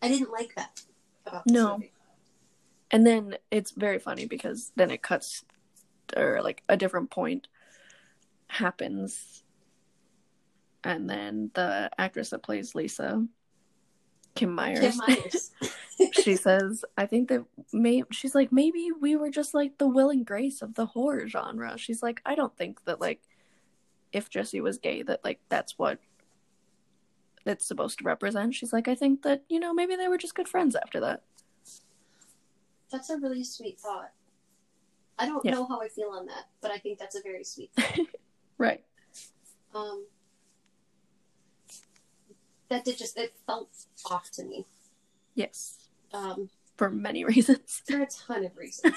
[SPEAKER 1] i didn't like that about this
[SPEAKER 2] No.
[SPEAKER 1] movie.
[SPEAKER 2] And then it's very funny because then it cuts or like a different point happens. And then the actress that plays Lisa, Kim Myers,
[SPEAKER 1] Kim Myers.
[SPEAKER 2] she says, I think that may she's like, maybe we were just like the will and grace of the horror genre. She's like, I don't think that like if Jesse was gay that like that's what that's supposed to represent. She's like, I think that, you know, maybe they were just good friends after that.
[SPEAKER 1] that's a really sweet thought i don't
[SPEAKER 2] Yeah.
[SPEAKER 1] know how i feel on that but i think that's a very sweet thought.
[SPEAKER 2] Right.
[SPEAKER 1] um that did just it felt off to me
[SPEAKER 2] Yes.
[SPEAKER 1] um
[SPEAKER 2] For many reasons.
[SPEAKER 1] for a ton of reasons.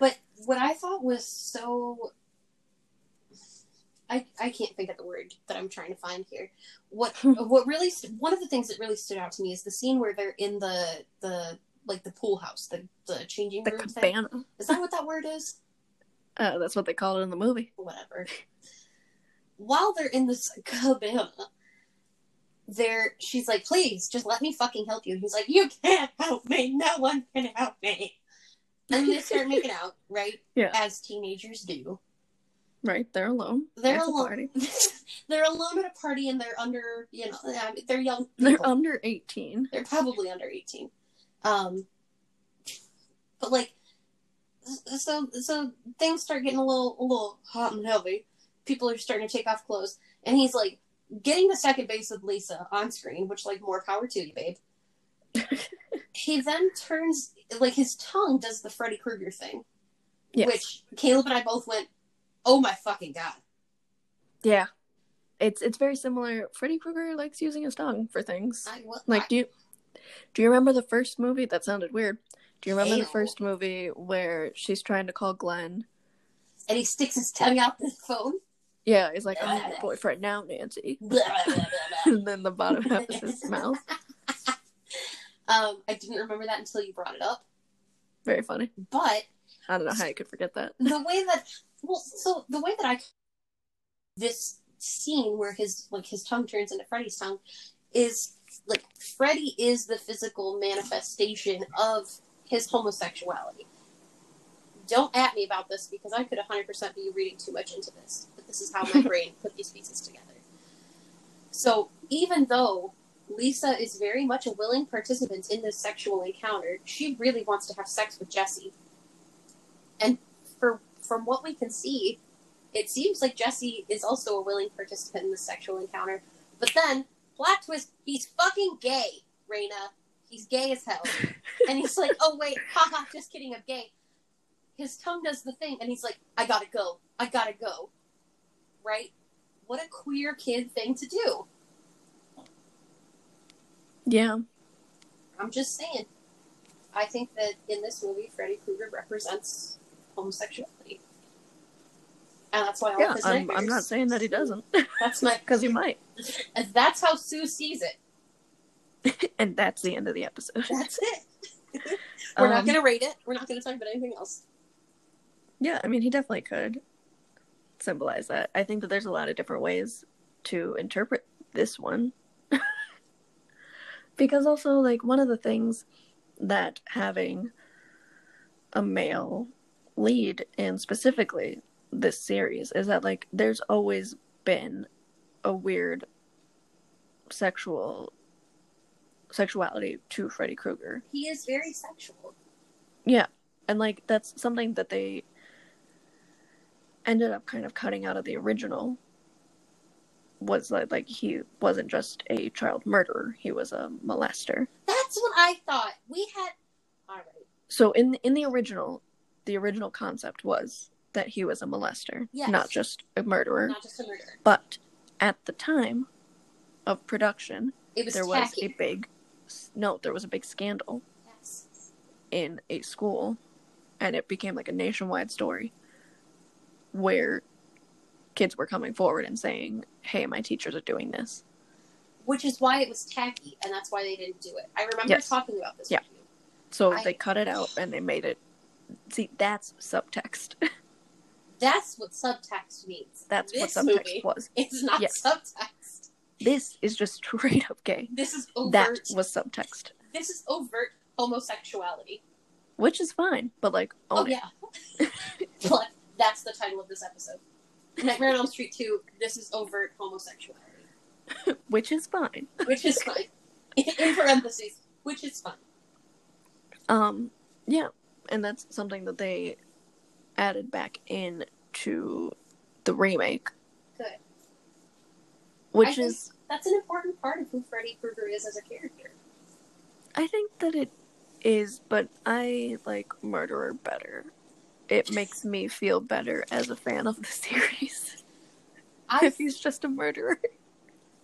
[SPEAKER 1] but what I thought was so I, I can't think of the word that I'm trying to find here. What what really st- one of the things that really stood out to me is the scene where they're in the the like the pool house, the the changing
[SPEAKER 2] The
[SPEAKER 1] room thing.
[SPEAKER 2] cabana.
[SPEAKER 1] Is that what that word is?
[SPEAKER 2] Uh, that's what they call it in the movie.
[SPEAKER 1] Whatever. While they're in this cabana, there she's like, "Please, just let me fucking help you." And he's like, "You can't help me. No one can help me." And they start making out, right?
[SPEAKER 2] Yeah.
[SPEAKER 1] As teenagers do.
[SPEAKER 2] Right, they're alone.
[SPEAKER 1] They're
[SPEAKER 2] It's a
[SPEAKER 1] alone.
[SPEAKER 2] party.
[SPEAKER 1] they're alone at a party, and they're under, you know, I mean, they're young.
[SPEAKER 2] They're
[SPEAKER 1] people.
[SPEAKER 2] under eighteen.
[SPEAKER 1] They're probably under eighteen. Um, but like, so so things start getting a little a little hot and heavy. People are starting to take off clothes, and he's like getting to second base with Lisa on screen, which like more power to you, babe. he then turns like his tongue does the Freddy Krueger thing,
[SPEAKER 2] Yes.
[SPEAKER 1] which Caleb and I both went, "Oh my fucking god!"
[SPEAKER 2] Yeah, it's it's very similar. Freddy Krueger likes using his tongue for things.
[SPEAKER 1] I, what,
[SPEAKER 2] Like, do you do you remember the first movie? That sounded weird. Do you remember
[SPEAKER 1] Ew.
[SPEAKER 2] the first movie where she's trying to call Glenn?
[SPEAKER 1] and he sticks his tongue out the phone.
[SPEAKER 2] Yeah, he's like, "I'm your boyfriend now, Nancy,"
[SPEAKER 1] Blah, blah, blah, blah.
[SPEAKER 2] and then the bottom half is his mouth.
[SPEAKER 1] Um, I didn't remember that until you brought it up.
[SPEAKER 2] Very funny.
[SPEAKER 1] But
[SPEAKER 2] I don't know how you could forget that.
[SPEAKER 1] the way that well, so the way that I this scene where his like his tongue turns into Freddy's tongue is like Freddy is the physical manifestation of his homosexuality. Don't at me about this because I could 100% be reading too much into this, but this is how my brain put these pieces together. So even though Lisa is very much a willing participant in this sexual encounter, she really wants to have sex with Jesse. And for from what we can see, it seems like Jesse is also a willing participant in this sexual encounter. But then, plot twist, he's fucking gay, Raina. He's gay as hell. and he's like, oh wait, haha, just kidding, I'm gay. His tongue does the thing, and he's like, I gotta go, I gotta go. Right? What a queer kid thing to do.
[SPEAKER 2] Yeah,
[SPEAKER 1] I'm just saying. I think that in this movie, Freddy Krueger represents homosexuality. And that's why I
[SPEAKER 2] yeah.
[SPEAKER 1] like his
[SPEAKER 2] I'm I'm
[SPEAKER 1] nightmares.
[SPEAKER 2] not saying that he doesn't,
[SPEAKER 1] That's my.
[SPEAKER 2] because he might.
[SPEAKER 1] That's how Sue sees it.
[SPEAKER 2] And that's the end of the episode.
[SPEAKER 1] That's it. We're not
[SPEAKER 2] Um,
[SPEAKER 1] gonna rate it. We're not gonna talk about anything else.
[SPEAKER 2] Yeah, I mean, he definitely could symbolize that. I think that there's a lot of different ways to interpret this one. because also, like, one of the things that having a male lead, and specifically this series, is that, like, there's always been a weird sexual sexuality to Freddy Krueger.
[SPEAKER 1] He is very sexual.
[SPEAKER 2] Yeah. And like that's something that they ended up kind of cutting out of the original was that like he wasn't just a child murderer, he was a molester.
[SPEAKER 1] That's what I thought. We had. All right.
[SPEAKER 2] So in in the original, the original concept was that he was a molester,
[SPEAKER 1] Yes.
[SPEAKER 2] not just a murderer.
[SPEAKER 1] Not just a murder.
[SPEAKER 2] But at the time of production,
[SPEAKER 1] It was
[SPEAKER 2] there was
[SPEAKER 1] tacky.
[SPEAKER 2] a big no, there was a big scandal
[SPEAKER 1] Yes.
[SPEAKER 2] in a school and it became like a nationwide story where kids were coming forward and saying hey my teachers are doing this
[SPEAKER 1] Which is why it was tacky, and that's why they didn't do it. I remember
[SPEAKER 2] Yes.
[SPEAKER 1] talking about this.
[SPEAKER 2] Yeah.
[SPEAKER 1] with you.
[SPEAKER 2] so
[SPEAKER 1] I-
[SPEAKER 2] they cut it out and they made it see that's subtext
[SPEAKER 1] That's what subtext means.
[SPEAKER 2] that's
[SPEAKER 1] this
[SPEAKER 2] what subtext
[SPEAKER 1] movie
[SPEAKER 2] was
[SPEAKER 1] is not
[SPEAKER 2] Yes.
[SPEAKER 1] subtext.
[SPEAKER 2] this is just straight up gay
[SPEAKER 1] This is overt.
[SPEAKER 2] that was subtext
[SPEAKER 1] This is overt homosexuality.
[SPEAKER 2] which is fine but like own
[SPEAKER 1] Oh
[SPEAKER 2] it.
[SPEAKER 1] yeah. but that's the title of this episode. Nightmare on Elm Street 2, this is overt homosexuality.
[SPEAKER 2] which is fine
[SPEAKER 1] Which is fine. In parentheses, which is fine.
[SPEAKER 2] Um, yeah, and that's something that they added back in to the remake.
[SPEAKER 1] Good. I
[SPEAKER 2] Which
[SPEAKER 1] think-
[SPEAKER 2] is,
[SPEAKER 1] That's an important part of who Freddy Krueger is as a character.
[SPEAKER 2] I think that it is, but I like Murderer better. It makes me feel better as a fan of the series
[SPEAKER 1] I
[SPEAKER 2] if he's just a murderer.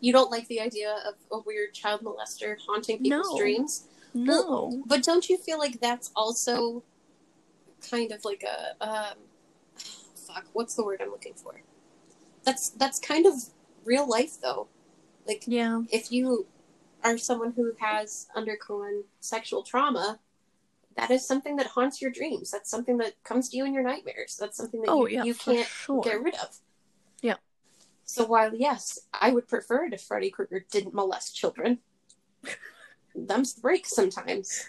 [SPEAKER 1] you don't like the idea of a weird child molester haunting people's
[SPEAKER 2] No.
[SPEAKER 1] dreams.
[SPEAKER 2] No,
[SPEAKER 1] But don't you feel like that's also kind of like a um fuck, what's the word I'm looking for? that's that's kind of real life though. Like
[SPEAKER 2] Yeah.
[SPEAKER 1] if you are someone who has undergone sexual trauma, that is something that haunts your dreams. That's something that comes to you in your nightmares. That's something that
[SPEAKER 2] Oh,
[SPEAKER 1] you,
[SPEAKER 2] yeah.
[SPEAKER 1] you
[SPEAKER 2] for
[SPEAKER 1] can't
[SPEAKER 2] sure.
[SPEAKER 1] get rid of.
[SPEAKER 2] Yeah.
[SPEAKER 1] So while yes, I would prefer it if Freddy Krueger didn't molest children. Thumbs break sometimes.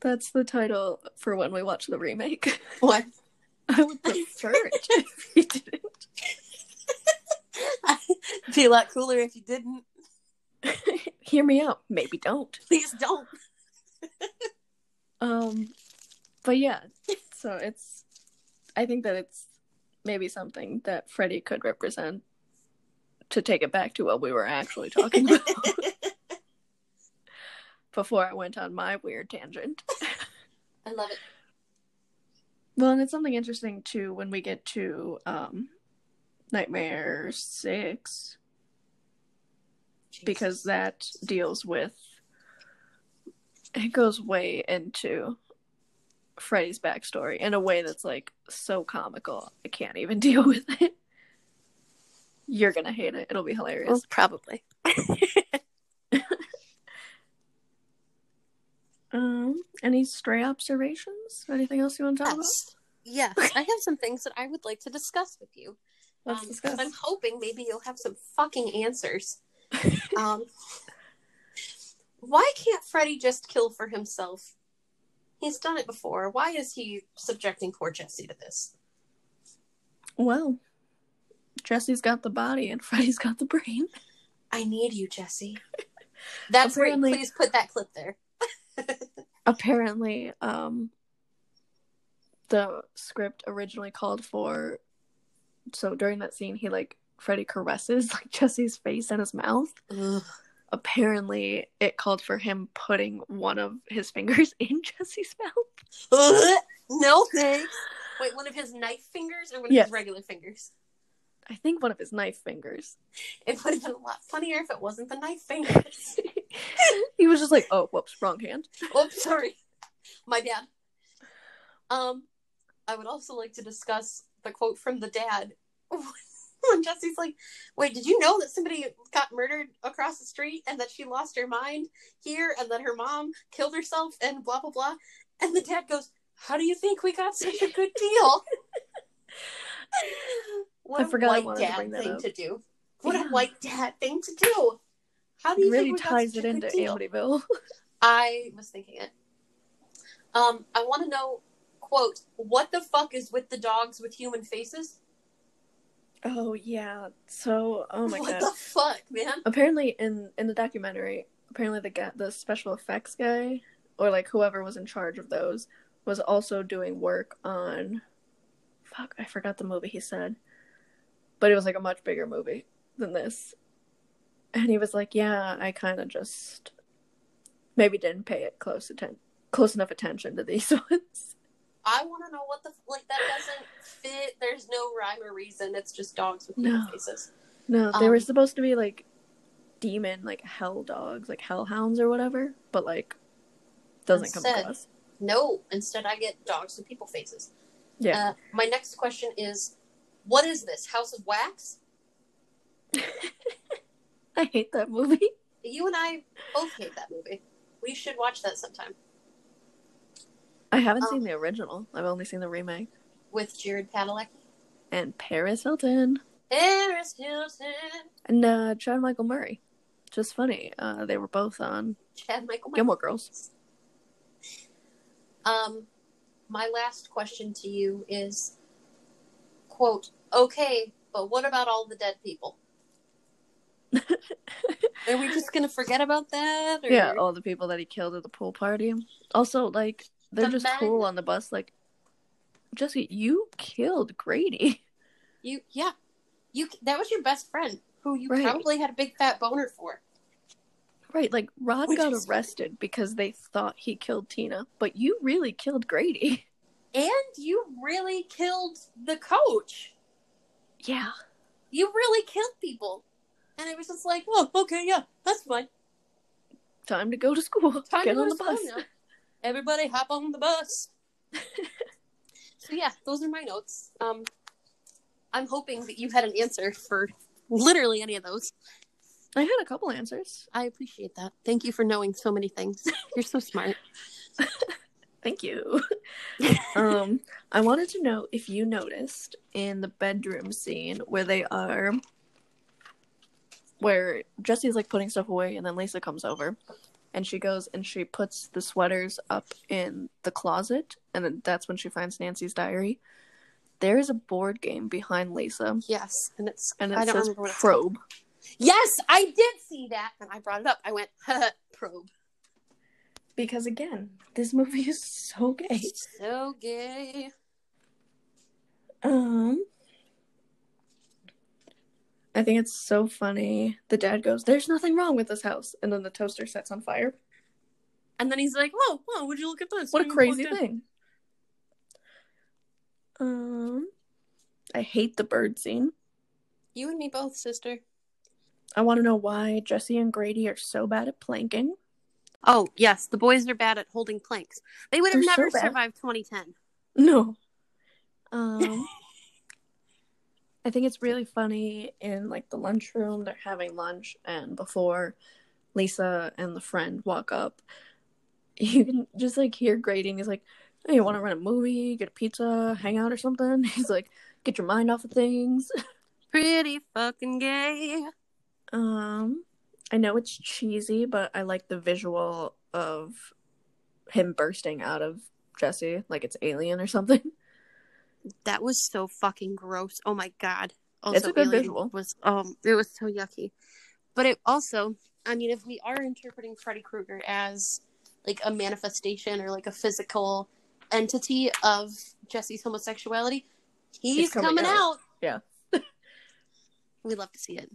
[SPEAKER 2] That's the title for when we watch the remake.
[SPEAKER 1] What?
[SPEAKER 2] I would prefer it if he didn't.
[SPEAKER 1] Be a lot cooler if you didn't.
[SPEAKER 2] Hear me out. Maybe don't.
[SPEAKER 1] Please don't.
[SPEAKER 2] Um, but yeah. So it's. I think that it's maybe something that Freddie could represent. To take it back to what we were actually talking about before I went on my weird tangent.
[SPEAKER 1] I love it.
[SPEAKER 2] Well, and it's something interesting too when we get to um, Nightmare Six because that deals with it goes way into Freddy's backstory in a way that's like so comical. I can't even deal with it. You're gonna hate it. It'll be hilarious.
[SPEAKER 1] probably.
[SPEAKER 2] Um, any stray observations? Anything else you want to talk
[SPEAKER 1] Yes. Yes. I have some things that I would like to discuss with you.
[SPEAKER 2] about? Let's
[SPEAKER 1] Um,
[SPEAKER 2] discuss.
[SPEAKER 1] I'm hoping maybe you'll have some fucking answers. um, why can't Freddy just kill for himself? He's done it before. Why is he subjecting poor Jesse to this?
[SPEAKER 2] Well, Jesse's got the body and Freddy's got the brain.
[SPEAKER 1] I need you, Jesse. That's
[SPEAKER 2] Apparently-
[SPEAKER 1] great. Please put that clip there.
[SPEAKER 2] apparently um the script originally called for so during that scene he like freddy caresses like jesse's face and his mouth apparently it called for him putting one of his fingers in jesse's mouth
[SPEAKER 1] no thanks. Wait, one of his knife fingers or one of
[SPEAKER 2] Yes.
[SPEAKER 1] his regular fingers?
[SPEAKER 2] i think one of his knife fingers
[SPEAKER 1] It would have been a lot funnier if it wasn't the knife fingers.
[SPEAKER 2] he was just like oh whoops wrong hand
[SPEAKER 1] Oops, sorry. My dad. Um, I would also like to discuss the quote from the dad when Jesse's like, "Wait, did you know that somebody got murdered across the street and that she lost her mind here and that her mom killed herself and blah blah blah?" And the dad goes, "How do you think we got such a good deal?" what
[SPEAKER 2] I
[SPEAKER 1] a
[SPEAKER 2] forgot I
[SPEAKER 1] white
[SPEAKER 2] wanted to
[SPEAKER 1] dad
[SPEAKER 2] bring that
[SPEAKER 1] thing
[SPEAKER 2] up.
[SPEAKER 1] to do. What
[SPEAKER 2] Yeah.
[SPEAKER 1] a white dad thing to do. How do you
[SPEAKER 2] it really
[SPEAKER 1] think we got
[SPEAKER 2] ties
[SPEAKER 1] such
[SPEAKER 2] it
[SPEAKER 1] a good
[SPEAKER 2] into
[SPEAKER 1] deal?
[SPEAKER 2] amityville
[SPEAKER 1] I was thinking it. Um, I want to know, quote, what the fuck is with the dogs with human faces?
[SPEAKER 2] oh yeah so oh my
[SPEAKER 1] what
[SPEAKER 2] god
[SPEAKER 1] the fuck, man?
[SPEAKER 2] apparently in in the documentary apparently the guy, the special effects guy or like whoever was in charge of those was also doing work on fuck i forgot the movie he said but it was like a much bigger movie than this and he was like yeah i kind of just maybe didn't pay it close atten- close enough attention to these ones
[SPEAKER 1] I want to know what the like that doesn't fit. There's no rhyme or reason. It's just dogs with human
[SPEAKER 2] No.
[SPEAKER 1] faces.
[SPEAKER 2] no they were
[SPEAKER 1] Um,
[SPEAKER 2] supposed to be like demon like hell dogs like hellhounds or whatever but like doesn't come
[SPEAKER 1] Instead-
[SPEAKER 2] across
[SPEAKER 1] No, instead I get dogs with people faces.
[SPEAKER 2] yeah
[SPEAKER 1] Uh, my next question is, what is this House of Wax?
[SPEAKER 2] I hate that movie.
[SPEAKER 1] You and I both hate that movie. We should watch that sometime
[SPEAKER 2] I haven't
[SPEAKER 1] Oh.
[SPEAKER 2] seen the original. I've only seen the remake.
[SPEAKER 1] with Jared Padalecki,
[SPEAKER 2] And Paris Hilton.
[SPEAKER 1] Paris Hilton,
[SPEAKER 2] And uh Chad Michael Murray. Just funny. Uh they were both on
[SPEAKER 1] Chad Michael. Murray.
[SPEAKER 2] Gilmore Girls.
[SPEAKER 1] Um, my last question to you is, quote, okay, but what about all the dead people? Are we just gonna forget about that? Or...
[SPEAKER 2] Yeah, all the people that he killed at the pool party. Also, like they're
[SPEAKER 1] The
[SPEAKER 2] just
[SPEAKER 1] men-
[SPEAKER 2] cool on the bus, like Jesse, you killed Grady.
[SPEAKER 1] You, yeah, you. That was your best friend, who you
[SPEAKER 2] Right.
[SPEAKER 1] probably had a big fat boner for.
[SPEAKER 2] Right, like Rod
[SPEAKER 1] Which
[SPEAKER 2] got
[SPEAKER 1] is-
[SPEAKER 2] arrested because they thought he killed Tina, but you really killed Grady.
[SPEAKER 1] And you really killed the coach.
[SPEAKER 2] Yeah.
[SPEAKER 1] You really killed people. And it was just like, oh, okay, yeah, that's fine.
[SPEAKER 2] Time to go to school.
[SPEAKER 1] Time
[SPEAKER 2] Get
[SPEAKER 1] to go
[SPEAKER 2] on
[SPEAKER 1] to
[SPEAKER 2] the
[SPEAKER 1] school
[SPEAKER 2] bus.
[SPEAKER 1] now. Everybody hop on the bus. so yeah, those are my notes. Um, I'm hoping that you had an answer for literally any of those.
[SPEAKER 2] I had a couple answers.
[SPEAKER 1] I appreciate that. Thank you for knowing so many things. You're so smart.
[SPEAKER 2] Thank you. um, I wanted to know if you noticed in the bedroom scene where they are, where Jesse's like putting stuff away, and then Lisa comes over, and she goes and she puts the sweaters up in the closet, and then that's when she finds Nancy's diary. There is a board game behind Lisa,
[SPEAKER 1] Yes, and it's
[SPEAKER 2] and
[SPEAKER 1] I
[SPEAKER 2] it
[SPEAKER 1] don't
[SPEAKER 2] says
[SPEAKER 1] remember what it's
[SPEAKER 2] probe.
[SPEAKER 1] Yes, I did see that, and I brought it up. I went probe.
[SPEAKER 2] Because again, this movie is so gay.
[SPEAKER 1] So gay.
[SPEAKER 2] Um, I think it's so funny. The dad goes, "There's nothing wrong with this house," and then the toaster sets on fire.
[SPEAKER 1] And then he's like, "Whoa, whoa! Would you look at this?
[SPEAKER 2] What a
[SPEAKER 1] You
[SPEAKER 2] crazy
[SPEAKER 1] plugged in."
[SPEAKER 2] thing. Um, I hate the bird scene.
[SPEAKER 1] You and me both, sister."
[SPEAKER 2] I want to know why Jesse and Grady are so bad at planking.
[SPEAKER 1] Oh yes, the boys are bad at holding planks. They would have
[SPEAKER 2] They're so
[SPEAKER 1] never
[SPEAKER 2] bad.
[SPEAKER 1] survived 2010.
[SPEAKER 2] No. Um, I think it's really funny in like the lunchroom, they're having lunch, and before Lisa and the friend walk up, you can just like hear Grady, and he's like, Hey, you want to run a movie, get a pizza, hang out or something? He's like, Get your mind off of things.
[SPEAKER 1] Pretty fucking gay.
[SPEAKER 2] Um, I know it's cheesy, but I like the visual of him bursting out of Jesse, like it's alien or something.
[SPEAKER 1] That was so fucking gross. Oh my god. Also,
[SPEAKER 2] a good
[SPEAKER 1] Alien
[SPEAKER 2] visual.
[SPEAKER 1] Was um, it was so yucky. But it also, I mean, if we are interpreting Freddy Krueger as like a manifestation or like a physical entity of Jesse's homosexuality, he's
[SPEAKER 2] It's coming
[SPEAKER 1] coming, out.
[SPEAKER 2] out. Yeah.
[SPEAKER 1] we love to see it.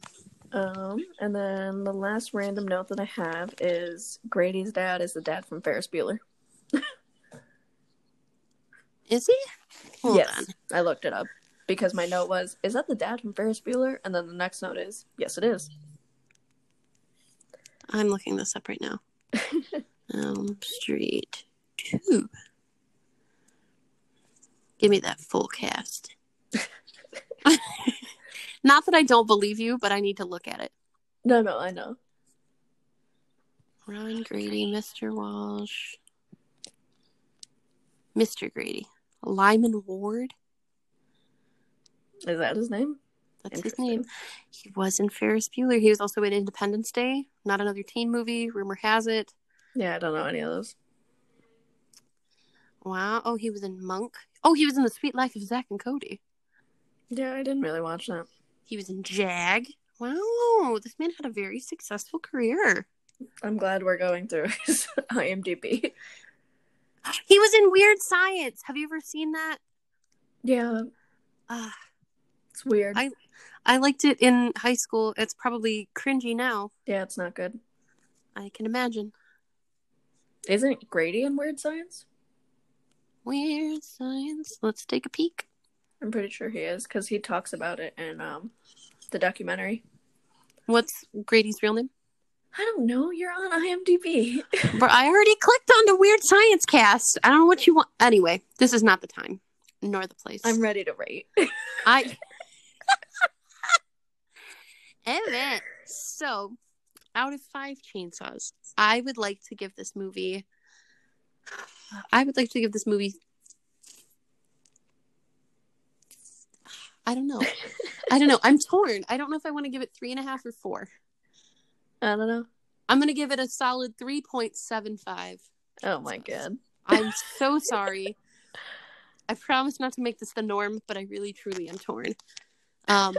[SPEAKER 2] Um, and then the last random note that I have is Grady's dad is the dad from Ferris Bueller.
[SPEAKER 1] Is he? Hold
[SPEAKER 2] yes,
[SPEAKER 1] on.
[SPEAKER 2] I looked it up because my note was, "Is that the dad from Ferris Bueller?" And then the next note is, "Yes, it is."
[SPEAKER 1] I'm looking this up right now. um, Street 2. Give me that full cast. Not that I don't believe you, but I need to look at it.
[SPEAKER 2] No, no, I know.
[SPEAKER 1] Ron Grady, Mr. Walsh, Mr. Grady, Lyman Ward.
[SPEAKER 2] Is that his name?
[SPEAKER 1] That's his
[SPEAKER 2] Interesting.
[SPEAKER 1] name. He was in Ferris Bueller. He was also in Independence Day, not another teen movie. Rumor has it.
[SPEAKER 2] Yeah, I don't know any of those.
[SPEAKER 1] Wow. Oh, he was in Monk. Oh, he was in The Sweet Life of Zack and Cody.
[SPEAKER 2] Yeah, I didn't really watch that.
[SPEAKER 1] He was in Jag. Wow, this man had a very successful career.
[SPEAKER 2] I'm glad we're going through his IMDb.
[SPEAKER 1] He was in Weird Science. Have you ever seen that?
[SPEAKER 2] Yeah,
[SPEAKER 1] Uh,
[SPEAKER 2] it's weird.
[SPEAKER 1] I- I liked it in high school. It's probably cringy now.
[SPEAKER 2] Yeah, it's not good.
[SPEAKER 1] I can imagine.
[SPEAKER 2] Isn't Grady in Weird Science?
[SPEAKER 1] Weird Science. Let's take a peek.
[SPEAKER 2] I'm pretty sure he is because he talks about it in um the documentary.
[SPEAKER 1] What's Grady's real name?
[SPEAKER 2] I don't know. You're on IMDb.
[SPEAKER 1] But I already clicked onto Weird Science Cast. I don't know what you want. Anyway, this is not the time nor the place.
[SPEAKER 2] I'm ready to rate.
[SPEAKER 1] I. Evan. So, out of five chainsaws, I would like to give this movie. I would like to give this movie. I don't know. I don't know. I'm torn. I don't know if I want to give it three and a half or four.
[SPEAKER 2] I don't know.
[SPEAKER 1] I'm going to give it a solid 3.75.
[SPEAKER 2] Oh my god.
[SPEAKER 1] I'm so sorry. I promise not to make this the norm, but I really truly am torn. Um,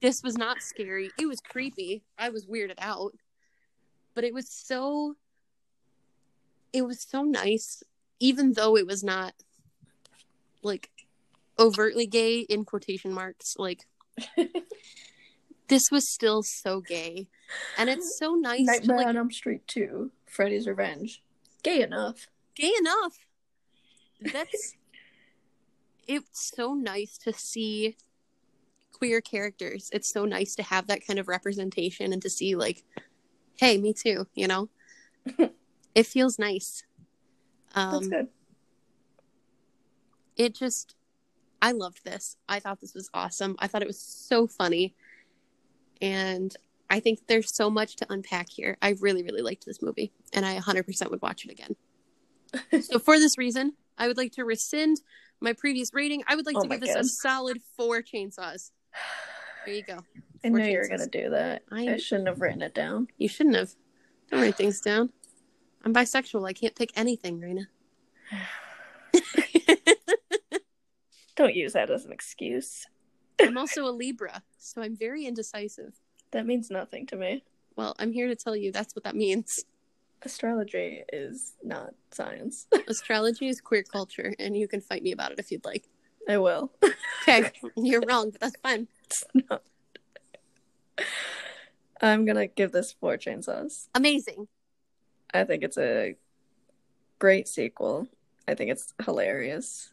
[SPEAKER 1] this was not scary. It was creepy. I was weirded out, but it was so. It was so nice, even though it was not like overtly gay in quotation marks. Like this was still so gay, and it's so nice. To,
[SPEAKER 2] Nightmare
[SPEAKER 1] like,
[SPEAKER 2] on Elm Street 2, Freddy's Revenge. Gay enough.
[SPEAKER 1] gay enough. That's it's so nice to see queer characters. It's so nice to have that kind of representation and to see like, hey, me too, you know? it feels nice.
[SPEAKER 2] That's
[SPEAKER 1] Um
[SPEAKER 2] good.
[SPEAKER 1] it just I loved this. I thought this was awesome. I thought it was so funny. And I think there's so much to unpack here. I really, really liked this movie, and I 100% would watch it again. so, for this reason, I would like to rescind my previous rating. I would like
[SPEAKER 2] Oh
[SPEAKER 1] to
[SPEAKER 2] my
[SPEAKER 1] give this a
[SPEAKER 2] God.
[SPEAKER 1] solid four chainsaws. There you go.
[SPEAKER 2] I
[SPEAKER 1] Four
[SPEAKER 2] knew you were
[SPEAKER 1] chances.
[SPEAKER 2] gonna do that.
[SPEAKER 1] I-
[SPEAKER 2] I shouldn't have written it down.
[SPEAKER 1] You shouldn't have. Don't write things down. I'm bisexual. I can't pick anything, Raina.
[SPEAKER 2] Don't use that as an excuse.
[SPEAKER 1] I'm also a Libra, so I'm very indecisive.
[SPEAKER 2] That means nothing to me.
[SPEAKER 1] Well, I'm here to tell you that's what that means.
[SPEAKER 2] Astrology is not science.
[SPEAKER 1] Astrology is queer culture, and you can fight me about it if you'd like.
[SPEAKER 2] I will.
[SPEAKER 1] Okay, you're wrong, but that's fine.
[SPEAKER 2] It's not. I'm gonna give this four chainsaws.
[SPEAKER 1] Amazing.
[SPEAKER 2] I think it's a great sequel. I think it's hilarious.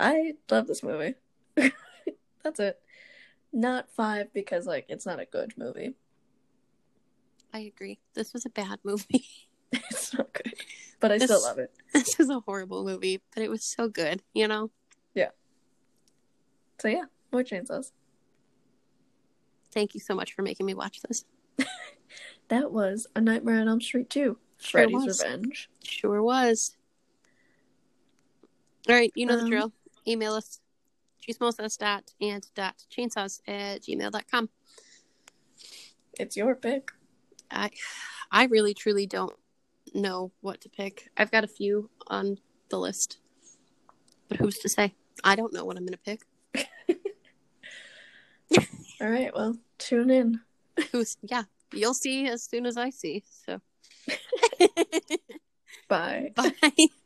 [SPEAKER 2] I love this movie. That's it. Not five because like it's not a good movie.
[SPEAKER 1] I agree. This was a bad movie.
[SPEAKER 2] It's not good. But I
[SPEAKER 1] This-
[SPEAKER 2] still love it.
[SPEAKER 1] this is a horrible movie, but it was so good, you know?
[SPEAKER 2] So yeah, more chainsaws.
[SPEAKER 1] Thank you so much for making me watch this.
[SPEAKER 2] That was A Nightmare on Elm Street 2.
[SPEAKER 1] Sure
[SPEAKER 2] Freddy's
[SPEAKER 1] was.
[SPEAKER 2] Revenge.
[SPEAKER 1] Sure was. All right, you know the
[SPEAKER 2] Um,
[SPEAKER 1] drill. Email us chismosas dot and dot chainsaws at gmail.com.
[SPEAKER 2] It's your pick.
[SPEAKER 1] I I really truly don't know what to pick. I've got a few on the list. But who's to say? I don't know what I'm gonna pick.
[SPEAKER 2] All right, well, tune in.
[SPEAKER 1] Who's yeah, you'll see as soon as I see. So
[SPEAKER 2] Bye.
[SPEAKER 1] bye.